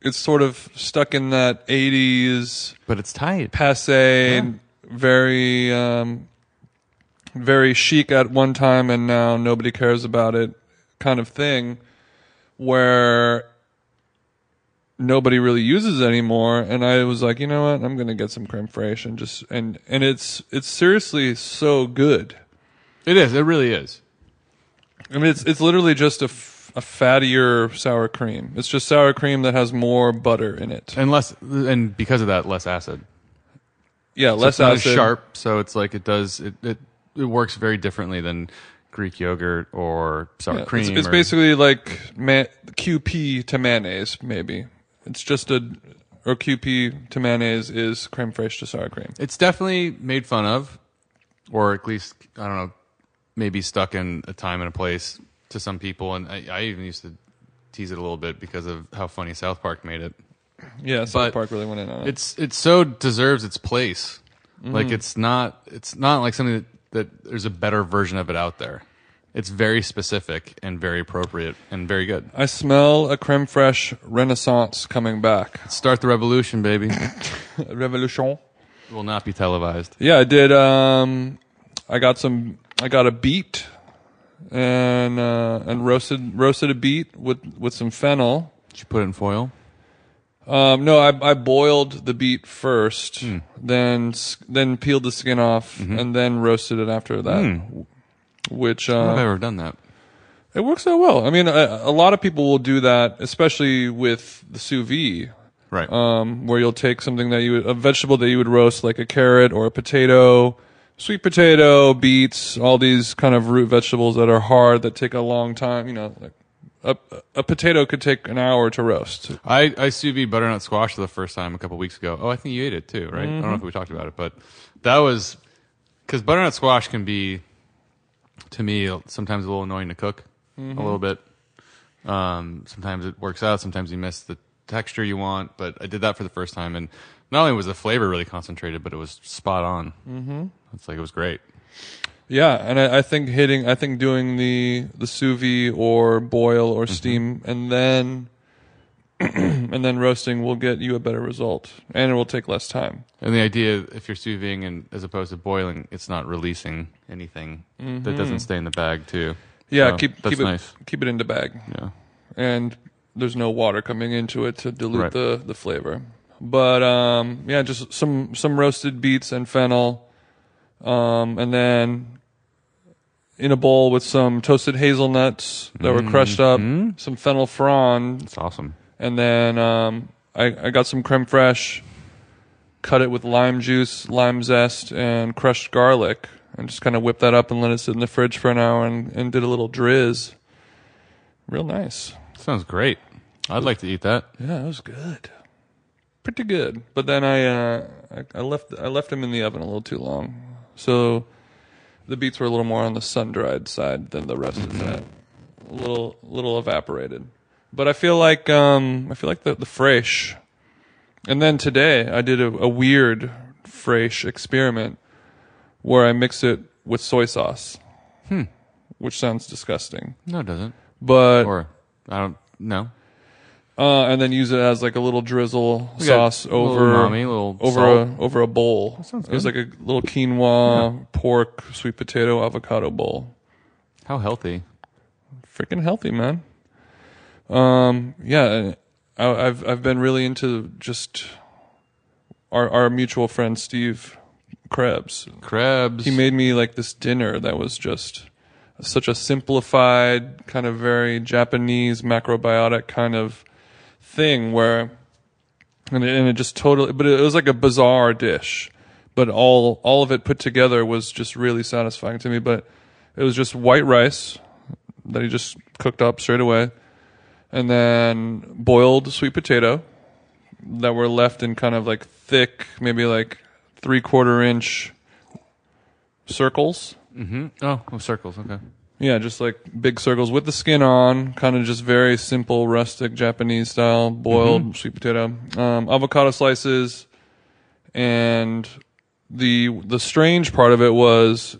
Speaker 3: is sort of stuck in that '80s
Speaker 4: But it's tight.
Speaker 3: passe, very um, very chic at one time, and now nobody cares about it kind of thing, where nobody really uses anymore. And I was like, you know what, I'm gonna get some creme fraiche and just and and it's it's seriously so good.
Speaker 4: It is. It really is.
Speaker 3: I mean, it's it's literally just a, f- a fattier sour cream. It's just sour cream that has more butter in it.
Speaker 4: And less, and because of that, less acid.
Speaker 3: Yeah,
Speaker 4: So
Speaker 3: less
Speaker 4: it's not as
Speaker 3: acid.
Speaker 4: sharp. So it's like it does. It, it it works very differently than Greek yogurt or sour
Speaker 3: Yeah, it's-
Speaker 4: cream.
Speaker 3: It's,
Speaker 4: or-
Speaker 3: basically like ma- QP to mayonnaise, maybe. It's just a or QP to mayonnaise is creme fraiche to sour cream.
Speaker 4: It's definitely made fun of, or at least I don't know, maybe stuck in a time and a place to some people. And I, I even used to tease it a little bit because of how funny South Park made it.
Speaker 3: Yeah, South
Speaker 4: But
Speaker 3: Park really went in on it.
Speaker 4: It's it so deserves its place. Like it's not it's not like something that, that there's a better version of it out there. It's very specific and very appropriate and very good.
Speaker 3: I smell a creme fraiche renaissance coming back.
Speaker 4: Start the revolution, baby.
Speaker 3: Revolution.
Speaker 4: Will not be televised.
Speaker 3: Yeah, I did. Um, I got some. I got a beet, and uh, and roasted roasted a beet with with some fennel.
Speaker 4: Did you put it in foil?
Speaker 3: Um, no, I I boiled the beet first, then s- then peeled the skin off, and then roasted it after that. Which
Speaker 4: I don't know if I've
Speaker 3: uh,
Speaker 4: ever done that.
Speaker 3: it works out well. I mean, a, a lot of people will do that, especially with the sous vide
Speaker 4: Right.
Speaker 3: um, where you'll take something that you would, a vegetable that you would roast, like a carrot or a potato, sweet potato, beets, all these kind of root vegetables that are hard that take a long time. You know, like a a potato could take an hour to roast.
Speaker 4: I, I sous vide butternut squash for the first time a couple weeks ago. Oh, I think you ate it too, right? I don't know if we talked about it, but that was because butternut squash can be, to me, sometimes a little annoying to cook a little bit. Um, sometimes it works out, sometimes you miss the texture you want, but I did that for the first time. And not only was the flavor really concentrated, but it was spot on. Mm-hmm. It's like it was great.
Speaker 3: Yeah, and I, I think hitting, I think doing the the sous vide or boil
Speaker 4: Mm-hmm.
Speaker 3: or steam, and then and then roasting will get you a better result, and it will take less time.
Speaker 4: And the idea, if you're sous vide and as opposed to boiling, it's not releasing anything that doesn't stay in the bag too.
Speaker 3: Yeah,
Speaker 4: So
Speaker 3: keep
Speaker 4: that's
Speaker 3: keep it
Speaker 4: nice.
Speaker 3: keep it in the bag.
Speaker 4: Yeah.
Speaker 3: and there's no water coming into it to dilute
Speaker 4: Right.
Speaker 3: the, the flavor. But um, yeah, just some some roasted beets and fennel, um, and then in a bowl with some toasted hazelnuts that were crushed up, some fennel fronds,
Speaker 4: It's awesome.
Speaker 3: and then um, I, I got some creme fraiche, cut it with lime juice, lime zest, and crushed garlic, and just kind of whipped that up and let it sit in the fridge for an hour, and, and did a little drizz. Real nice.
Speaker 4: Sounds great. I'd like to eat that.
Speaker 3: Yeah, it was good. Pretty good. But then I, uh, I I left I left him in the oven a little too long. So the beets were a little more on the sun dried side than the rest of that. A little little evaporated. But I feel like um I feel like the the fresh. And then today I did a, a weird fresh experiment where I mix it with soy sauce. Hmm. Which sounds disgusting.
Speaker 4: No, it doesn't.
Speaker 3: But
Speaker 4: Or I don't know.
Speaker 3: uh, and then use it as like a little drizzle
Speaker 4: We got
Speaker 3: sauce
Speaker 4: a little
Speaker 3: over
Speaker 4: umami, a little
Speaker 3: over
Speaker 4: salt.
Speaker 3: a over a bowl.
Speaker 1: sounds
Speaker 3: It was like a little quinoa, pork, sweet potato, avocado bowl.
Speaker 4: How healthy?
Speaker 3: Freaking healthy, man. Um, yeah, I, I've I've been really into just our our mutual friend Steve Krebs.
Speaker 4: Krebs.
Speaker 3: He made me like this dinner that was just such a simplified kind of very Japanese macrobiotic kind of thing where and it, and it just totally but it was like a bizarre dish but all all of it put together was just really satisfying to me but it was just white rice that he just cooked up straight away and then boiled sweet potato that were left in kind of like thick maybe like three quarter inch circles
Speaker 4: oh, oh, circles. Okay.
Speaker 3: yeah, just like big circles with the skin on, kind of just very simple, rustic Japanese style boiled sweet potato, um, avocado slices, and the the strange part of it was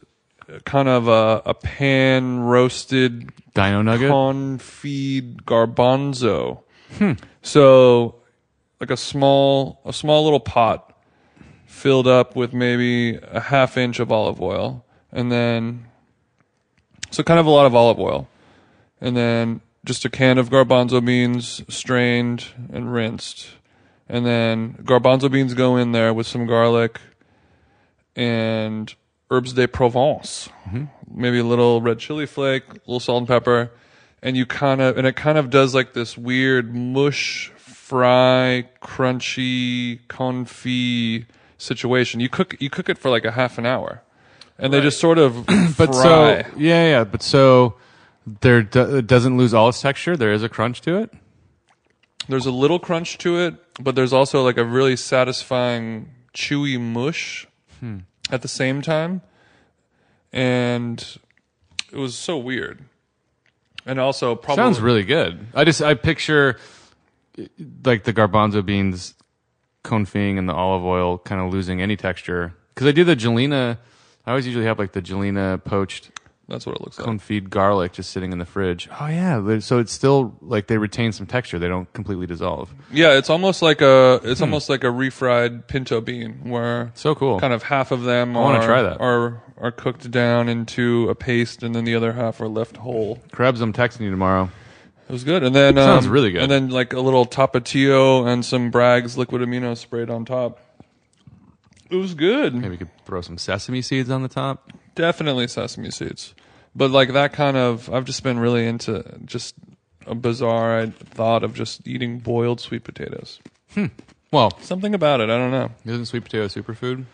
Speaker 3: kind of a, a pan roasted
Speaker 4: Dino nugget.
Speaker 3: confit garbanzo. So, like a small a small little pot filled up with maybe a half inch of olive oil, and then so kind of a lot of olive oil, and then just a can of garbanzo beans strained and rinsed, and then garbanzo beans go in there with some garlic and herbs de Provence,
Speaker 4: Mm-hmm.
Speaker 3: maybe a little red chili flake, a little salt and pepper, and you kind of and it kind of does like this weird mush, fry, crunchy, confit situation. You cook you cook it for like a half an hour, and they just sort of
Speaker 4: But
Speaker 3: fry.
Speaker 4: so yeah, yeah. But so there do, it doesn't lose all its texture. There is a crunch to it.
Speaker 3: there's a little crunch to it, but there's also like a really satisfying chewy mush
Speaker 4: Hmm.
Speaker 3: at the same time. And it was so weird. And also probably
Speaker 4: Sounds really good. I just I picture uh, like the garbanzo beans confing and the olive oil kind of losing any texture because I do the Jelena. I always usually have like the Jelena poached
Speaker 3: that's what it looks like.
Speaker 4: confit garlic just sitting in the fridge. Oh yeah, but- so it's still like they retain some texture. They don't completely dissolve.
Speaker 3: Yeah, it's almost like a it's almost like a refried pinto bean where
Speaker 4: Hmm. So cool.
Speaker 3: kind of half of them
Speaker 4: wanna
Speaker 3: are,
Speaker 4: try that.
Speaker 3: are are cooked down into a paste and then the other half are left whole.
Speaker 4: Krebs, I'm texting you tomorrow.
Speaker 3: It was good, and then um,
Speaker 4: Sounds really good.
Speaker 3: And then like a little Tapatio and some Bragg's liquid amino sprayed on top. It was good,
Speaker 4: Maybe we could throw some sesame seeds on the top.
Speaker 3: definitely sesame seeds, but like that kind of. I've just been really into just a bizarre thought of just eating boiled sweet potatoes.
Speaker 4: Well,
Speaker 3: Something about it, I don't know.
Speaker 4: isn't sweet potato a superfood?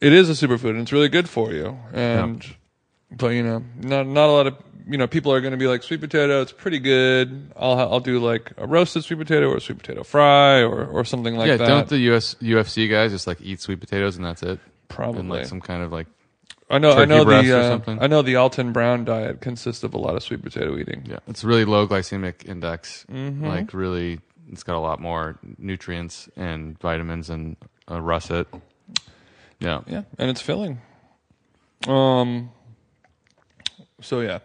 Speaker 3: It is a superfood, and it's really good for you. And but you know, not not a lot of you know people are going to be like sweet potato. It's pretty good. I'll ha- I'll do like a roasted sweet potato or a sweet potato fry or or something like
Speaker 4: yeah,
Speaker 3: that.
Speaker 4: don't the US UFC guys just like eat sweet potatoes and that's it?
Speaker 3: Probably.
Speaker 4: And like some kind of like
Speaker 3: I know. I
Speaker 4: turkey
Speaker 3: know
Speaker 4: breast or
Speaker 3: the uh,
Speaker 4: something?
Speaker 3: I know the Alton Brown diet consists of a lot of sweet potato eating.
Speaker 4: yeah, it's really low glycemic index.
Speaker 3: Mm-hmm.
Speaker 4: Like really, it's got a lot more nutrients and vitamins and uh, russet. Yeah.
Speaker 3: Yeah, and it's filling. Um. So yeah,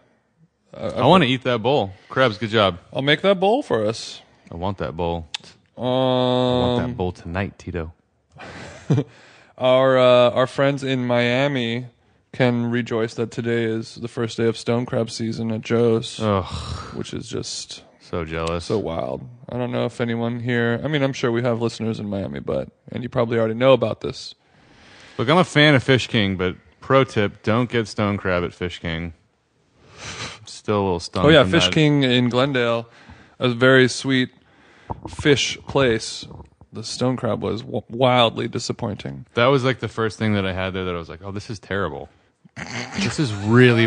Speaker 4: I want to eat that bowl. Krebs, good job.
Speaker 3: I'll make that bowl for us.
Speaker 4: I want that bowl. I
Speaker 3: Um,
Speaker 4: want that bowl tonight, Tito.
Speaker 3: our uh, our friends in Miami can rejoice that today is the first day of stone crab season at Joe's,
Speaker 4: Oh. Ugh,
Speaker 3: which is just
Speaker 4: so jealous.
Speaker 3: so wild. I don't know if anyone here. I mean, I'm sure we have listeners in Miami, but and you probably already know about this.
Speaker 4: Look, I'm a fan of Fish King, but pro tip: don't get stone crab at Fish King. Still a little stunned.
Speaker 3: Oh yeah,
Speaker 4: from
Speaker 3: Fish
Speaker 4: that.
Speaker 3: King in Glendale, a very sweet fish place. The stone crab was w- wildly disappointing.
Speaker 4: That was like the first thing that I had there that I was like, oh, this is terrible. this is really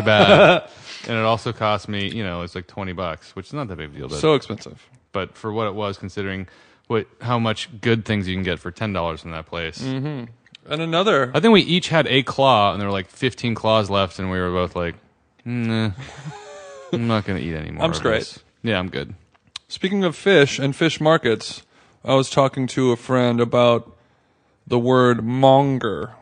Speaker 4: bad. and it also cost me, you know, it's like 20 bucks, which is not that big of a deal. But,
Speaker 3: So expensive.
Speaker 4: but
Speaker 3: Mm.
Speaker 4: for what it was, considering what how much good things you can get for $10 from that place,
Speaker 3: And another.
Speaker 4: I think we each had a claw, and there were like 15 claws left, and we were both like, nah, I'm not going to eat anymore.
Speaker 3: I'm
Speaker 4: of
Speaker 3: straight.
Speaker 4: this." Yeah, I'm good.
Speaker 3: Speaking of fish and fish markets, I was talking to a friend about the word monger.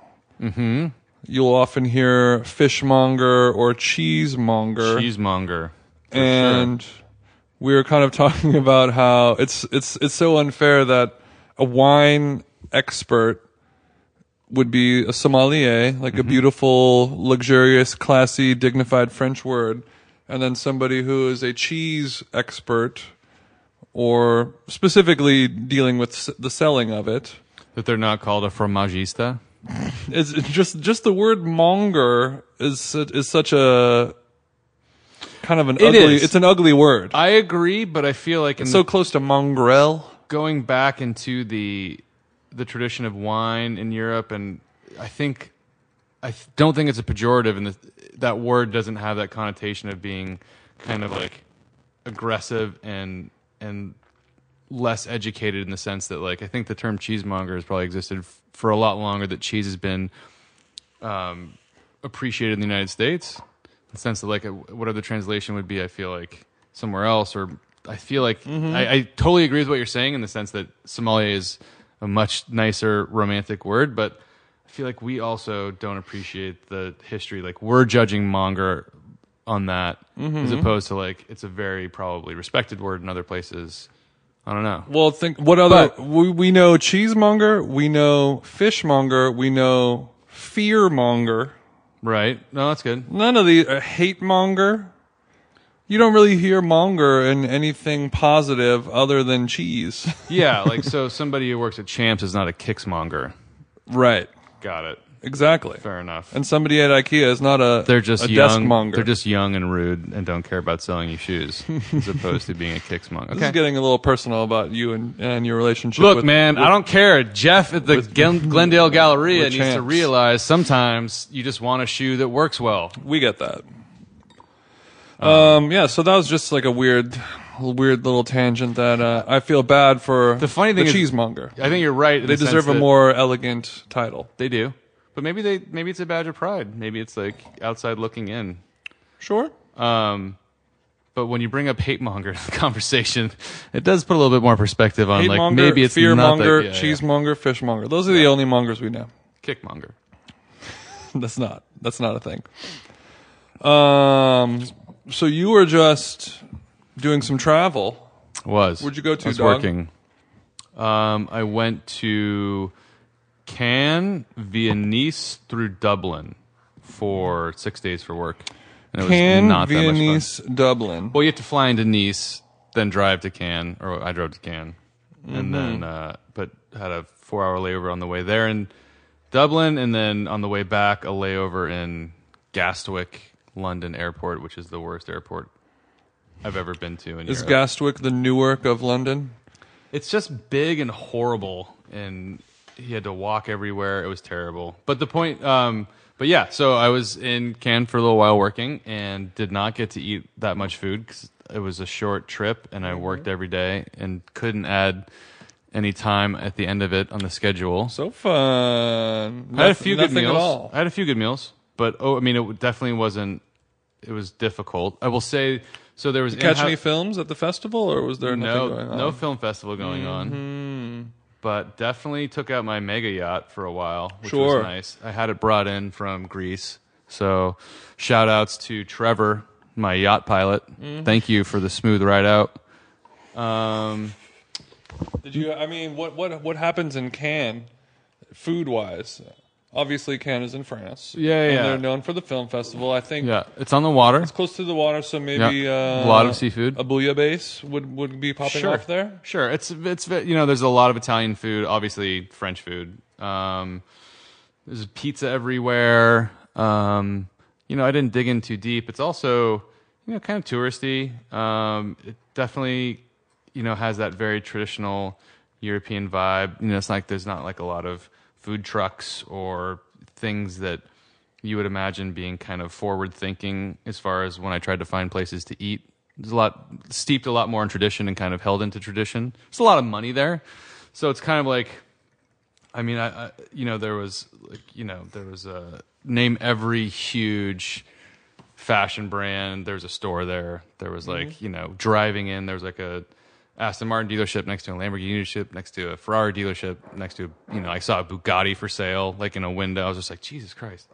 Speaker 3: Mm-hmm. You'll often hear fishmonger or cheesemonger,
Speaker 4: Cheesemonger. for
Speaker 3: and we were kind of talking about how it's it's it's so unfair that a wine expert would be a sommelier, like
Speaker 4: Mm-hmm.
Speaker 3: a beautiful, luxurious, classy, dignified French word, and then somebody who is a cheese expert or specifically dealing with s- the selling of it.
Speaker 4: sure. that they're not called a fromagista.
Speaker 3: It's it's just just the word monger is su- is such a kind of an
Speaker 4: It
Speaker 3: ugly
Speaker 4: is.
Speaker 3: it's an ugly word.
Speaker 4: I agree, but I feel like in
Speaker 3: so close to mongrel.
Speaker 4: going back into the the tradition of wine in Europe, and I think I th- don't think it's a pejorative, and the, that word doesn't have that connotation of being kind of like aggressive and and less educated in the sense that like I think the term cheesemonger has probably existed f- for a lot longer. That cheese has been um, appreciated in the United States. In the sense that like uh, what other translation would be, I feel like somewhere else, or I feel like I, I totally agree with what you're saying in the sense that sommelier is a much nicer romantic word, but I feel like we also don't appreciate the history. Like we're judging monger on that as opposed to like it's a very probably respected word in other places. I don't know.
Speaker 3: Well, think what other
Speaker 4: But-
Speaker 3: we, we know cheesemonger, we know fishmonger, we know fearmonger.
Speaker 4: Right? No, that's good.
Speaker 3: None of the uh, hate monger. You don't really hear monger in anything positive other than cheese.
Speaker 4: Yeah, like so somebody who works at Champs is not a kicksmonger.
Speaker 3: right.
Speaker 4: Got it.
Speaker 3: Exactly.
Speaker 4: Fair enough.
Speaker 3: And somebody at IKEA is not a
Speaker 4: they're just
Speaker 3: a
Speaker 4: young.
Speaker 3: desk monger.
Speaker 4: They're just young and rude and don't care about selling you shoes, as opposed to being a kicksmonger.
Speaker 3: This
Speaker 4: Okay.
Speaker 3: is getting a little personal about you and, and your relationship.
Speaker 4: Look,
Speaker 3: with,
Speaker 4: man, I don't care. Jeff at the Glen- Glendale Galleria
Speaker 3: with
Speaker 4: needs to
Speaker 3: champs.
Speaker 4: realize sometimes you just want a shoe that works well.
Speaker 3: we get that. Um, yeah, so that was just like a weird, weird little tangent that uh, I feel bad for the
Speaker 4: funny thing
Speaker 3: the
Speaker 4: is-
Speaker 3: cheesemonger.
Speaker 4: I think you're right. in
Speaker 3: they
Speaker 4: the sense
Speaker 3: deserve a
Speaker 4: that
Speaker 3: more elegant title.
Speaker 4: They do, but maybe they maybe it's a badge of pride. Maybe it's like outside looking in.
Speaker 3: Sure.
Speaker 4: Um, but when you bring up hate monger in the conversation, it does put a little bit more perspective on like
Speaker 3: Hatemonger,
Speaker 4: maybe it's not the-
Speaker 3: fearmonger,
Speaker 4: yeah, yeah.
Speaker 3: cheesemonger, fishmonger. Those are the only mongers we know.
Speaker 4: kickmonger.
Speaker 3: That's not. That's not a thing. Um. So you were just doing some travel.
Speaker 4: Was.
Speaker 3: Where'd you go to,
Speaker 4: I was
Speaker 3: dog?
Speaker 4: working. Um, I went to Cannes via Nice through Dublin for six days for work. And it was
Speaker 3: Cannes,
Speaker 4: not that much fun.
Speaker 3: Viennese, Dublin.
Speaker 4: Well, you have to fly into Nice, then drive to Cannes, or I drove to Cannes, and
Speaker 3: Mm-hmm.
Speaker 4: then uh, but had a four-hour layover on the way there in Dublin, and then on the way back a layover in Gastwick, London Airport, which is the worst airport I've ever been to. In
Speaker 3: Is
Speaker 4: Europe.
Speaker 3: Gastwick the Newark of London?
Speaker 4: It's just big and horrible, and he had to walk everywhere. It was terrible. But the point, um, but yeah, so I was in Cannes for a little while working and did not get to eat that much food because it was a short trip and
Speaker 3: Mm-hmm.
Speaker 4: I worked every day and couldn't add any time at the end of it on the schedule.
Speaker 3: So fun.
Speaker 4: I had a few good
Speaker 3: Nothing
Speaker 4: meals.
Speaker 3: At all.
Speaker 4: I had a few good meals, but oh, I mean, it definitely wasn't. It was difficult. I will say. So there was
Speaker 3: Catch
Speaker 4: in-house-
Speaker 3: any films at the festival, or was there nothing
Speaker 4: no,
Speaker 3: going on? Mm-hmm.
Speaker 4: no film festival going on. But definitely took out my mega yacht for a while, which
Speaker 3: Sure.
Speaker 4: was nice. I had it brought in from Greece. So shout outs to Trevor, my yacht pilot.
Speaker 3: Mm-hmm.
Speaker 4: Thank you for the smooth ride out. Um,
Speaker 3: Did you? I mean, what what what happens in Cannes, food wise? Obviously, Cannes is in France.
Speaker 4: Yeah,
Speaker 3: and
Speaker 4: yeah.
Speaker 3: They're known for the film festival. I think
Speaker 4: yeah, it's on the water.
Speaker 3: it's close to the water, so maybe
Speaker 4: Yeah.
Speaker 3: uh,
Speaker 4: A lot of seafood.
Speaker 3: A bouillabaisse would would be popping off there.
Speaker 4: Sure, it's it's you know there's a lot of Italian food, obviously French food. Um, there's pizza everywhere. Um, you know, I didn't dig in too deep. It's also you know kind of touristy. Um, it definitely you know has that very traditional European vibe. You know, it's like there's not like a lot of food trucks or things that you would imagine being kind of forward thinking as far as when I tried to find places to eat. There's a lot steeped a lot more in tradition and kind of held into tradition. There's a lot of money there. So it's kind of like I mean, I, I you know there was like you know there was a name every huge fashion brand. There's a store there. There was like you know driving in. There's like a Aston Martin dealership next to a Lamborghini dealership next to a Ferrari dealership next to a, you know I saw a Bugatti for sale like in a window. I was just like Jesus Christ.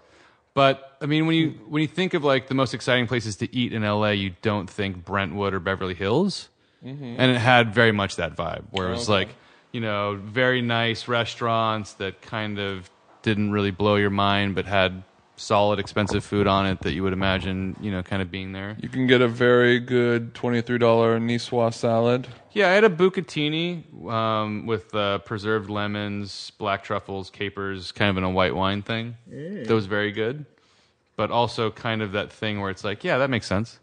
Speaker 4: But I mean, when you when you think of like the most exciting places to eat in LA, you don't think Brentwood or Beverly Hills, and it had very much that vibe where it was
Speaker 3: Okay.
Speaker 4: like you know very nice restaurants that kind of didn't really blow your mind, but had solid expensive food on it that you would imagine you know kind of being there.
Speaker 3: You can get a very good twenty-three dollar Niçoise salad.
Speaker 4: Yeah, I had a bucatini um, with uh, preserved lemons, black truffles, capers, kind of in a white wine thing. That was very good, but also kind of that thing where it's like, yeah, that makes sense.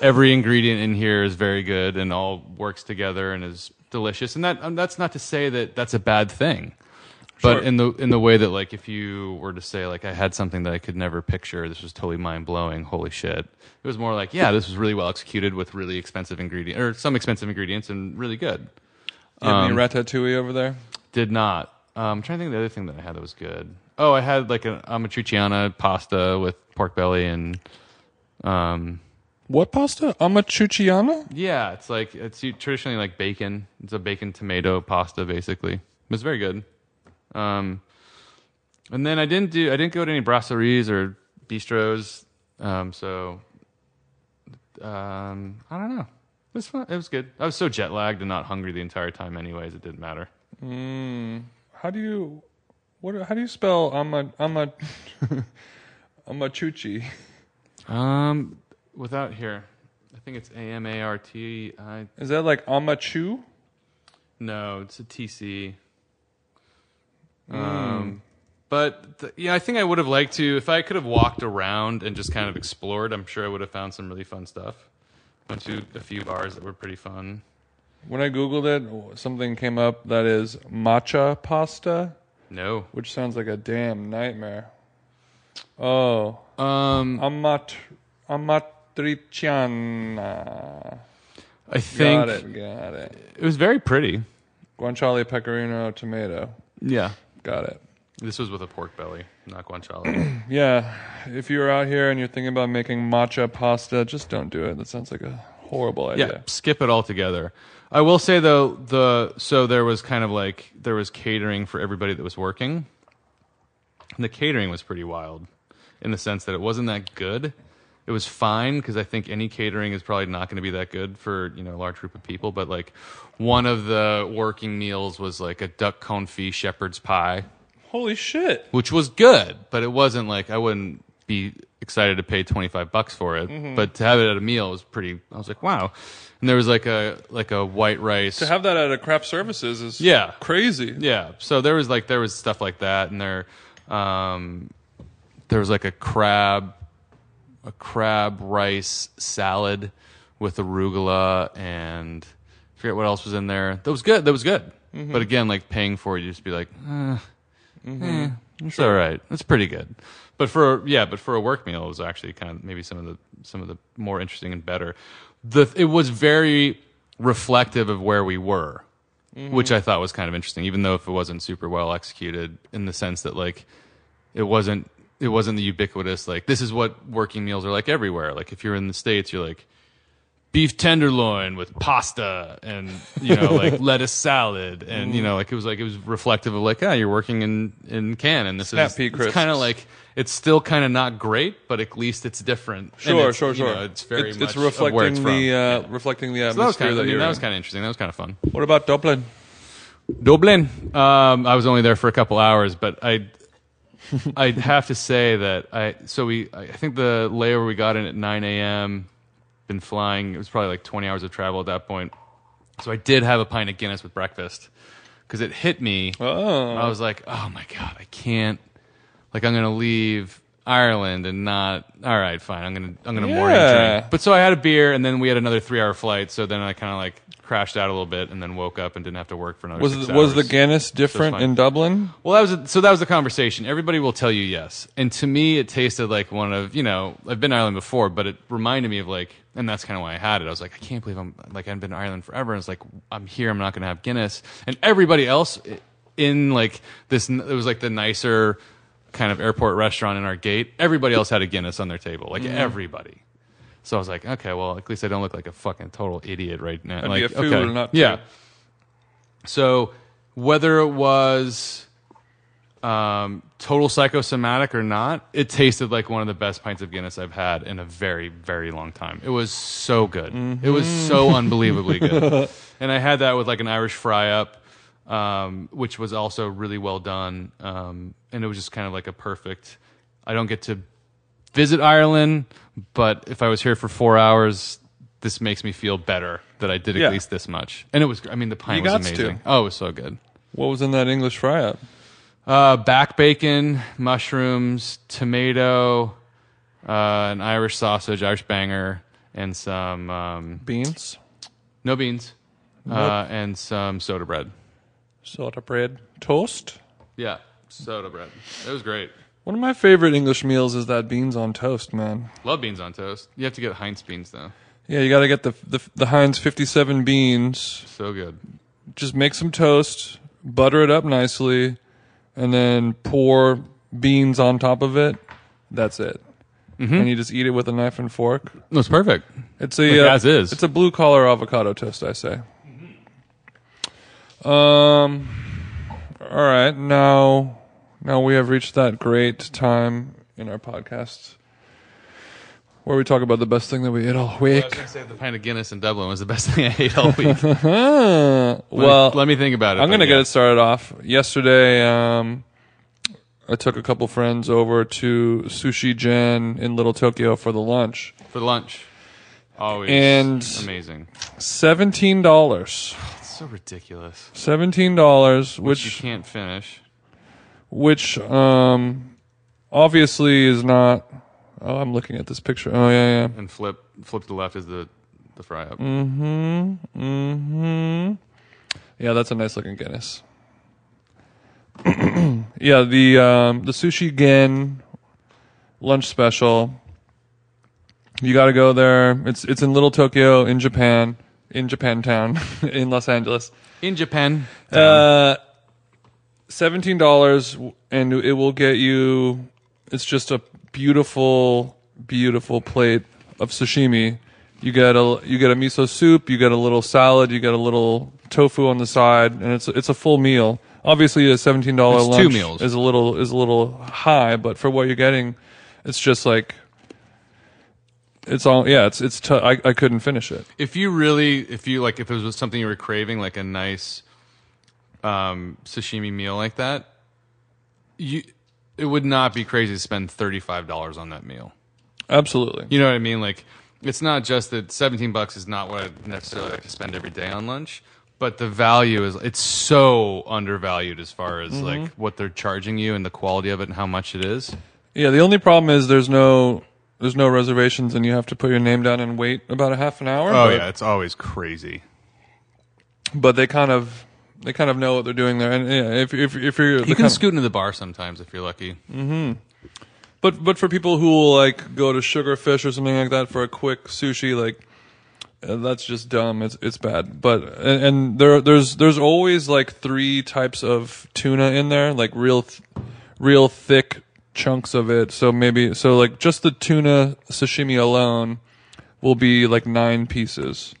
Speaker 4: Every ingredient in here is very good and all works together and is delicious. And that um, that's not to say that that's a bad thing, but
Speaker 3: Sure.
Speaker 4: in the in the way that like if you were to say like I had something that I could never picture, this was totally mind blowing. Holy shit! It was more like, yeah, this was really well executed with really expensive ingredient or some expensive ingredients and really good.
Speaker 3: You have any ratatouille over there?
Speaker 4: Did not. Um, I'm trying to think of the other thing that I had that was good. Oh, I had like an amatriciana pasta with pork belly and um,
Speaker 3: What pasta? Amatriciana?
Speaker 4: yeah, it's like it's u- traditionally like bacon. It's a bacon tomato pasta basically. It was very good. Um, and then I didn't do I didn't go to any brasseries or bistros. Um, so um, I don't know. It was fun. It was good. I was so jet lagged and not hungry the entire time. Anyways, it didn't matter.
Speaker 3: How do you what? How do you spell ama ama amachuchi?
Speaker 4: Um, without here, I think it's A M A R T I.
Speaker 3: Is that like amachu?
Speaker 4: No, it's a T C. Um, but th- yeah, I think I would have liked to if I could have walked around and just kind of explored. I'm sure I would have found some really fun stuff. Went to a few bars that were pretty fun.
Speaker 3: When I googled it, something came up that is matcha pasta,
Speaker 4: No,
Speaker 3: which sounds like a damn nightmare. Oh,
Speaker 4: um,
Speaker 3: amat amatriciana.
Speaker 4: I think
Speaker 3: Got it. Got it.
Speaker 4: it was very pretty.
Speaker 3: Guanciale, pecorino, tomato.
Speaker 4: Yeah,
Speaker 3: Got it.
Speaker 4: this was with a pork belly, not guanciale.
Speaker 3: Yeah, if you're out here and you're thinking about making matcha pasta, just don't do it. That sounds like a horrible
Speaker 4: yeah,
Speaker 3: idea.
Speaker 4: skip it altogether. I will say though, the so there was kind of like there was catering for everybody that was working. And the catering was pretty wild, in the sense that it wasn't that good. It was fine because I think any catering is probably not going to be that good for you know a large group of people. But like one of the working meals was like a duck confit shepherd's pie,
Speaker 3: Holy shit.
Speaker 4: which was good, but it wasn't like I wouldn't be excited to pay 25 bucks for it,
Speaker 3: Mm-hmm.
Speaker 4: but to have it at a meal was pretty I was like, wow. And there was like a like a white rice.
Speaker 3: To have that at a craft services is
Speaker 4: Yeah.
Speaker 3: crazy.
Speaker 4: yeah. So there was like there was stuff like that and there um there was like a crab a crab rice salad with arugula and I forget what else was in there. That was good. That was good. But again, like paying for it, you just be like, uh, eh, it's all right. It's pretty good. But for yeah, but for a work meal, it was actually kind of maybe some of the some of the more interesting and better. The it was very reflective of where we were,
Speaker 3: Hmm.
Speaker 4: which I thought was kind of interesting, even though if it wasn't super well executed in the sense that like it wasn't it wasn't the ubiquitous like this is what working meals are like everywhere. Like if you're in the states, you're like beef tenderloin with pasta and you know like lettuce salad and you know like it was like it was reflective of like ah you're working in in can and this
Speaker 3: Snap
Speaker 4: is
Speaker 3: pea
Speaker 4: it's kind of
Speaker 3: crisps.
Speaker 4: like it's still kind of not great but at least it's different And
Speaker 3: Sure,
Speaker 4: it's,
Speaker 3: sure,
Speaker 4: you
Speaker 3: sure.
Speaker 4: know, it's very
Speaker 3: it's, it's
Speaker 4: much of where
Speaker 3: reflecting
Speaker 4: it's
Speaker 3: the
Speaker 4: from.
Speaker 3: uh,
Speaker 4: Yeah.
Speaker 3: reflecting the
Speaker 4: So that was
Speaker 3: atmosphere
Speaker 4: kind of,
Speaker 3: that,
Speaker 4: I mean,
Speaker 3: you're
Speaker 4: that was
Speaker 3: in.
Speaker 4: kind of interesting. That was kind of fun.
Speaker 3: What about Dublin?
Speaker 4: Dublin. Um, I was only there for a couple hours, but I, I have to say that I. So we, I think the layover we got in at 9 a.m. Been flying. It was probably like 20 hours of travel at that point. So I did have a pint of Guinness with breakfast because it hit me.
Speaker 3: Oh,
Speaker 4: I was like, oh my god, I can't. Like I'm gonna leave Ireland and not. All right, fine. I'm gonna I'm gonna morning
Speaker 3: Yeah.
Speaker 4: drink. But so I had a beer and then we had another three hour flight. So then I kind of like crashed out a little bit and then woke up and didn't have to work for another.
Speaker 3: was
Speaker 4: six
Speaker 3: the, was
Speaker 4: hours.
Speaker 3: the Guinness different
Speaker 4: fine.
Speaker 3: in Dublin?
Speaker 4: Well, that was so. That was the conversation. Everybody will tell you yes, and to me, it tasted like one of you know. I've been to Ireland before, but it reminded me of like, and that's kind of why I had it. I was like, I can't believe I'm like I've been to Ireland forever, and it's like I'm here. I'm not going to have Guinness, and everybody else. It, in like this. n- It was like the nicer kind of airport restaurant in our gate. Everybody else had a Guinness on their table,
Speaker 3: Mm-hmm.
Speaker 4: like everybody. So I was like, okay, well, at least I don't look like a fucking total idiot right now.
Speaker 3: I'd
Speaker 4: like,
Speaker 3: be a fool
Speaker 4: okay.
Speaker 3: not to.
Speaker 4: yeah. So whether it was um, total psychosomatic or not, it tasted like one of the best pints of Guinness I've had in a very, very long time. It was so good. It was
Speaker 3: Mm-hmm.
Speaker 4: so unbelievably good. and I had that with like an Irish fry up, um, which was also really well done. Um, and it was just kind of like a perfect. I don't get to visit Ireland, but if I was here for four hours, this makes me feel better that I did at
Speaker 3: Yeah.
Speaker 4: least this much. And it was, I mean, the pint
Speaker 3: You
Speaker 4: was
Speaker 3: gots to.
Speaker 4: amazing. Oh, it was so good.
Speaker 3: What was in that English fry up?
Speaker 4: Uh, back bacon, mushrooms, tomato, uh, an Irish sausage, Irish banger, and some um,
Speaker 3: Beans,
Speaker 4: no beans, uh, and some soda bread.
Speaker 3: soda bread, toast.
Speaker 4: Yeah, soda bread. It was great.
Speaker 3: One of my favorite English meals is that beans on toast, man.
Speaker 4: Love beans on toast. You have to get Heinz beans though.
Speaker 3: Yeah, you got to get the, the the Heinz 57 beans.
Speaker 4: So good.
Speaker 3: Just make some toast, butter it up nicely, and then pour beans on top of it. That's it.
Speaker 4: Mm-hmm.
Speaker 3: And you just eat it with a knife and fork.
Speaker 4: It was perfect.
Speaker 3: It's a uh,
Speaker 4: as is.
Speaker 3: It's a blue collar avocado toast, I say.
Speaker 4: Mm-hmm.
Speaker 3: Um. All right, now, now we have reached that great time in our podcast where we talk about the best thing that we ate all
Speaker 4: I was
Speaker 3: week.
Speaker 4: gonna say the pint of Guinness in Dublin was the best thing I ate all week.
Speaker 3: Uh, well,
Speaker 4: let me think about it.
Speaker 3: I'm gonna
Speaker 4: but
Speaker 3: get
Speaker 4: yeah.
Speaker 3: it started off. Yesterday, um, I took a couple friends over to Sushi Gen in Little Tokyo for the lunch.
Speaker 4: for lunch. Always
Speaker 3: And-
Speaker 4: amazing.
Speaker 3: Seventeen dollars.
Speaker 4: It's so ridiculous.
Speaker 3: Seventeen dollars,
Speaker 4: You
Speaker 3: which
Speaker 4: can't finish.
Speaker 3: which um obviously is not oh i'm looking at this picture oh yeah yeah
Speaker 4: and flip flip to the left is the the fry up.
Speaker 3: Mm-hmm. yeah that's a nice looking guinness yeah the um the sushi gen lunch special you got to go there it's it's in little tokyo in japan in japantown in los angeles
Speaker 4: In Japan,
Speaker 3: Uh, seventeen dollars, and it will get you. It's just a beautiful, beautiful plate of sashimi. You get a you get a miso soup, you get a little salad, you get a little tofu on the side, and it's it's a full meal. Obviously, a seventeen dollar
Speaker 4: It's two
Speaker 3: lunch
Speaker 4: meals.
Speaker 3: is a little is a little high, but for what you're getting, it's just like it's all yeah. It's it's t- I I couldn't finish it.
Speaker 4: if you really, if you like, if it was something you were craving, like a nice um, sashimi meal like that, you it would not be crazy to spend thirty five dollars on that meal.
Speaker 3: Absolutely.
Speaker 4: You know what I mean? Like, it's not just that seventeen bucks is not what I necessarily like to spend every day on lunch, but the value is it's so undervalued as far as like what they're charging you and the quality of it and how much it is.
Speaker 3: Yeah, the only problem is there's no there's no reservations, and you have to put your name down and wait about a half an hour.
Speaker 4: Oh
Speaker 3: but,
Speaker 4: yeah, it's always crazy.
Speaker 3: but they kind of they kind of know what they're doing there, and yeah, if if if you're
Speaker 4: You can scoot into the bar sometimes if you're lucky.
Speaker 3: but but for people who will like go to Sugarfish or something like that for a quick sushi, like uh, that's just dumb. It's it's bad. But and, and there there's there's always like three types of tuna in there, like real th- real thick chunks of it. So maybe so like just the tuna sashimi alone will be like nine pieces.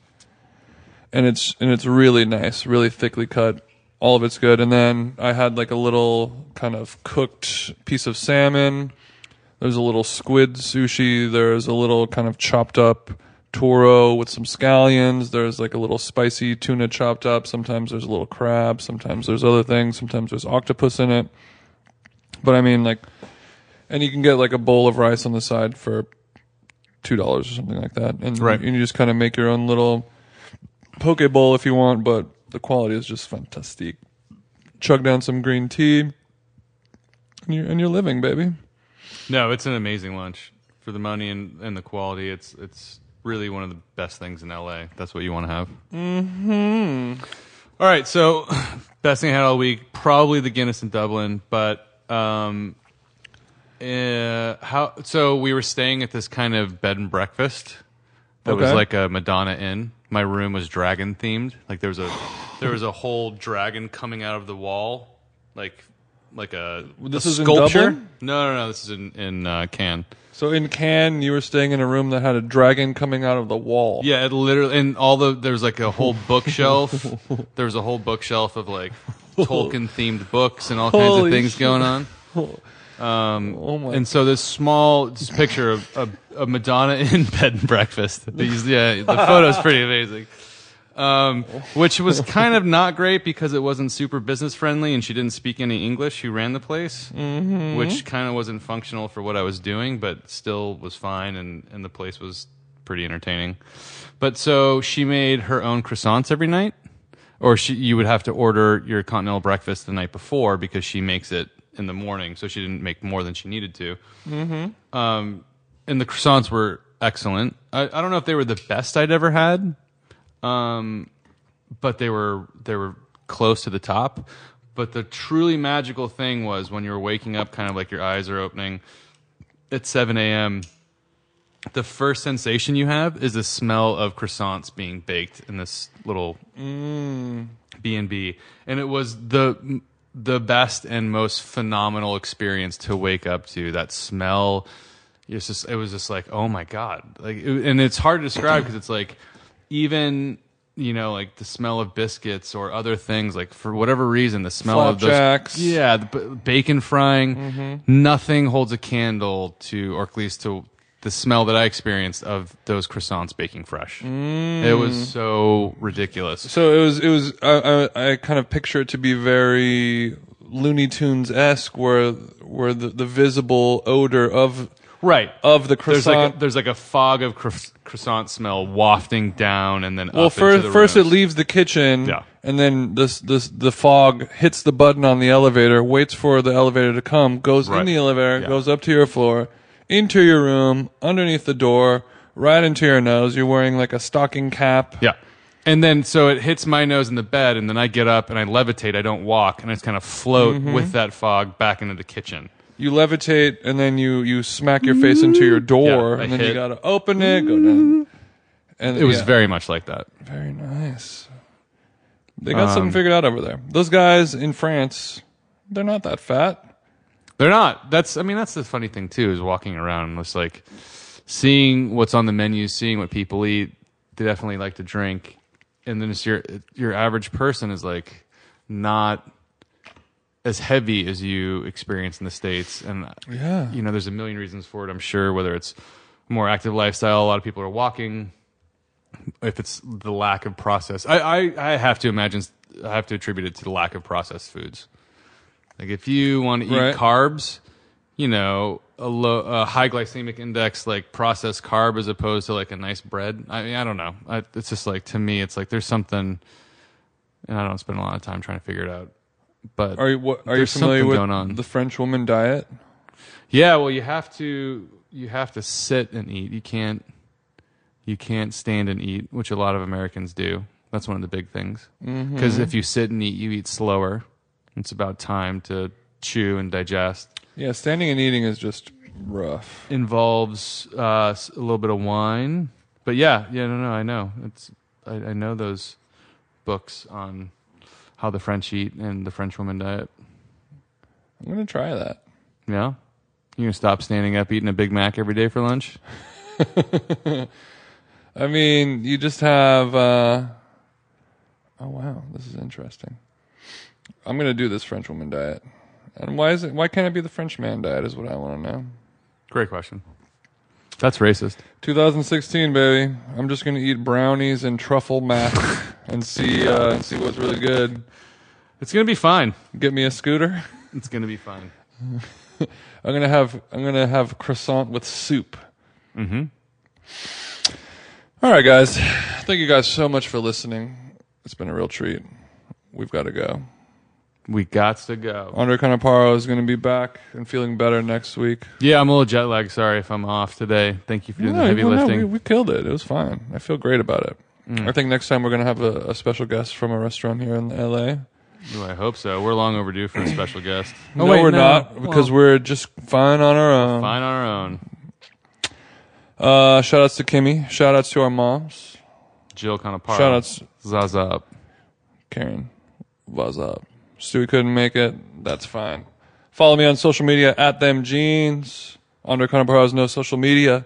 Speaker 3: And it's and it's really nice, really thickly cut. All of it's good. And then I had like a little kind of cooked piece of salmon. There's a little squid sushi. There's a little kind of chopped up toro with some scallions. There's like a little spicy tuna chopped up. Sometimes there's a little crab. Sometimes there's other things. Sometimes there's octopus in it. But I mean, like, and you can get like a bowl of rice on the side for two dollars or something like that. And
Speaker 4: Right.
Speaker 3: you, you just kind of make your own little poke bowl if you want. But the quality is just fantastic. Chug down some green tea, and you're, and you're living, baby.
Speaker 4: No, it's an amazing lunch for the money and, and the quality. It's it's really one of the best things in LA. That's what you want to have. Mm-hmm. right, so best thing I had all week, probably the Guinness in Dublin, but um, uh, how? So we were staying at this kind of bed and breakfast that was
Speaker 3: Okay.
Speaker 4: like a Madonna Inn. My room was dragon themed. Like there was a there was a whole dragon coming out of the wall like like a
Speaker 3: This
Speaker 4: a
Speaker 3: is in
Speaker 4: sculpture.
Speaker 3: Dublin?
Speaker 4: no, no, no. This is in in uh, Cannes.
Speaker 3: So in Cannes, you were staying in a room that had a dragon coming out of the wall.
Speaker 4: Yeah, it literally and all the there's like a whole bookshelf. there was a whole bookshelf of like Tolkien themed books and all kinds
Speaker 3: Holy
Speaker 4: of things
Speaker 3: shit.
Speaker 4: going on. Um,
Speaker 3: Oh my.
Speaker 4: And so this small this picture of, of, of Madonna in bed and breakfast. These, yeah, the photo's pretty amazing. Um, which was kind of not great because it wasn't super business friendly and she didn't speak any English. She ran the place,
Speaker 3: Mm-hmm.
Speaker 4: which kind of wasn't functional for what I was doing, but still was fine and, and the place was pretty entertaining. But so she made her own croissants every night, or she, you would have to order your continental breakfast the night before because she makes it in the morning. So she didn't make more than she needed to. Mm-hmm. Um, and the croissants were excellent. I, I don't know if they were the best I'd ever had, um, but they were they were close to the top. But the truly magical thing was when you were waking up, kind of like your eyes are opening at 7 a.m. The first sensation you have is the smell of croissants being baked in this little B and B, and it was the the best and most phenomenal experience to wake up to. That smell, it's just it was just like oh my god, like it- and it's hard to describe because it's like even you know like the smell of biscuits or other things like for whatever reason the smell
Speaker 3: Flapjacks. Mm-hmm.
Speaker 4: of those yeah the b- bacon frying nothing holds a candle to or at least to the smell that I experienced of those croissants baking fresh. It was so ridiculous.
Speaker 3: Mm. So it was. It was. I, I, I kind of picture it to be very Looney Tunes esque, where where the, the visible odor of
Speaker 4: Right.
Speaker 3: of the
Speaker 4: there's like
Speaker 3: croissant.
Speaker 4: a, there's like a fog of cro- croissant smell wafting down and then
Speaker 3: well,
Speaker 4: up
Speaker 3: first
Speaker 4: into the
Speaker 3: first it
Speaker 4: rooms.
Speaker 3: leaves the kitchen,
Speaker 4: Yeah.
Speaker 3: and then this this the fog hits the button on the elevator, waits for the elevator to come, goes in
Speaker 4: Right.
Speaker 3: the elevator,
Speaker 4: Yeah.
Speaker 3: goes up to your floor, into your room, underneath the door, right into your nose. You're wearing like a stocking cap.
Speaker 4: yeah and then so it hits my nose in the bed and then I get up and I levitate I don't walk and I just kind of float
Speaker 3: Mm-hmm.
Speaker 4: with that fog back into the kitchen
Speaker 3: you levitate and then you you smack your face into your door
Speaker 4: Mm-hmm. Yeah, I
Speaker 3: and then you
Speaker 4: hit. Mm-hmm.
Speaker 3: gotta open it go down and
Speaker 4: it was
Speaker 3: yeah,
Speaker 4: very much like that
Speaker 3: very nice they got
Speaker 4: Um,
Speaker 3: something figured out over there those guys in france they're not that fat
Speaker 4: they're not that's I mean that's the funny thing too is walking around and just like seeing what's on the menu seeing what people eat they definitely like to drink and then it's your your average person is like not as heavy as you experience in the states and
Speaker 3: yeah
Speaker 4: you know there's a million reasons for it i'm sure whether it's more active lifestyle a lot of people are walking if it's the lack of process i i, I have to imagine i have to attribute it to the lack of processed foods like if you want to eat
Speaker 3: Right.
Speaker 4: carbs you know a, low, a high glycemic index like processed carb as opposed to like a nice bread i mean i don't know I, it's just like to me it's like there's something and i don't spend a lot of time trying to figure it out but
Speaker 3: are you what, are you
Speaker 4: There's
Speaker 3: familiar
Speaker 4: something
Speaker 3: with
Speaker 4: going on.
Speaker 3: the french woman diet
Speaker 4: Yeah, well, you have to you have to sit and eat. You can't you can't stand and eat, which a lot of Americans do. That's one of the big things.
Speaker 3: Mm-hmm.
Speaker 4: Because if you sit and eat, you eat slower. It's about time to chew and digest.
Speaker 3: yeah standing and eating is just rough
Speaker 4: Involves uh, s- a little bit of wine, but yeah, yeah, no, no, I know. It's I, I know those books on how the French eat and the French woman diet.
Speaker 3: i'm gonna try that
Speaker 4: Yeah, you gonna stop standing up eating a Big Mac every day for lunch?
Speaker 3: i mean you just have uh oh wow this is interesting i'm gonna do this french woman diet and why is it why can't it be the french man diet is what i want to know
Speaker 4: Great question. That's racist.
Speaker 3: 2016, baby. I'm just gonna eat brownies and truffle mac and see uh, and see what's really good.
Speaker 4: It's gonna be fine.
Speaker 3: Get me a scooter.
Speaker 4: It's gonna be fine.
Speaker 3: I'm gonna have I'm gonna have croissant with soup. Mm-hmm. All right, guys. Thank you guys so much for listening. It's been a real treat. We've got to go.
Speaker 4: We got to go.
Speaker 3: Andre Conaparo is gonna be back and feeling better next week.
Speaker 4: Yeah, I'm a little jet lagged. Sorry if I'm off today. Thank you for doing the heavy
Speaker 3: no, no,
Speaker 4: lifting. Mm.
Speaker 3: we, we killed it. It was fine. I feel great about it. I think next time we're gonna have a, a special guest from a restaurant here in L.A.
Speaker 4: Ooh, I hope so. We're long overdue for a special guest.
Speaker 3: No,
Speaker 4: Oh,
Speaker 3: we're not because we're just fine on our own.
Speaker 4: fine on our own.
Speaker 3: Uh, shout outs to Kimmy. Shout outs to our moms.
Speaker 4: Jill Conaparo.
Speaker 3: Shout outs,
Speaker 4: Zaza up.
Speaker 3: Karen. What's up? Stewie couldn't make it. That's fine. Follow me on social media at them jeans. Undercover has no social media.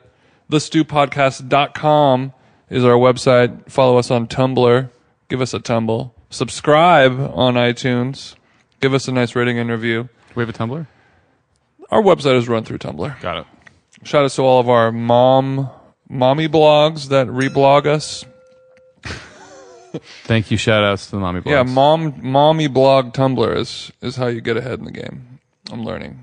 Speaker 3: TheStewPodcast.com is our website. Follow us on Tumblr. Give us a tumble. Subscribe on iTunes. Give us a nice rating and review.
Speaker 4: we have a Tumblr?
Speaker 3: Our website is run through Tumblr.
Speaker 4: Got it.
Speaker 3: Shout out to all of our mom, mommy blogs that reblog us.
Speaker 4: Thank you. Shout outs to the mommy blogs.
Speaker 3: Yeah, mom, mommy blog Tumblr is is how you get ahead in the game. I'm learning.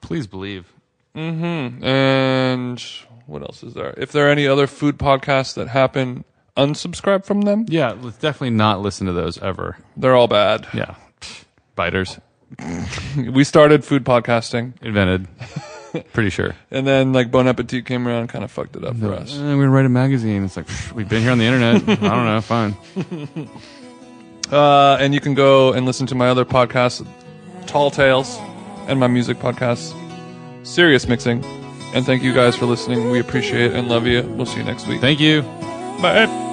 Speaker 4: Please believe.
Speaker 3: And what else is there? If there are any other food podcasts that happen, unsubscribe from them.
Speaker 4: Yeah, let's definitely not listen to those ever.
Speaker 3: They're all bad.
Speaker 4: Yeah. Biters.
Speaker 3: We started food podcasting,
Speaker 4: Invented. Pretty sure.
Speaker 3: and then like Bon Appetit came around, kind of fucked it up for us.
Speaker 4: Uh, we're gonna write a magazine. It's like pfft, we've been here on the internet. I don't know. Fine.
Speaker 3: Uh, and you can go and listen to my other podcast, Tall Tales, and my music podcast, Serious Mixing. And thank you guys for listening. We appreciate it and love you. We'll see you next week.
Speaker 4: Thank you.
Speaker 3: Bye.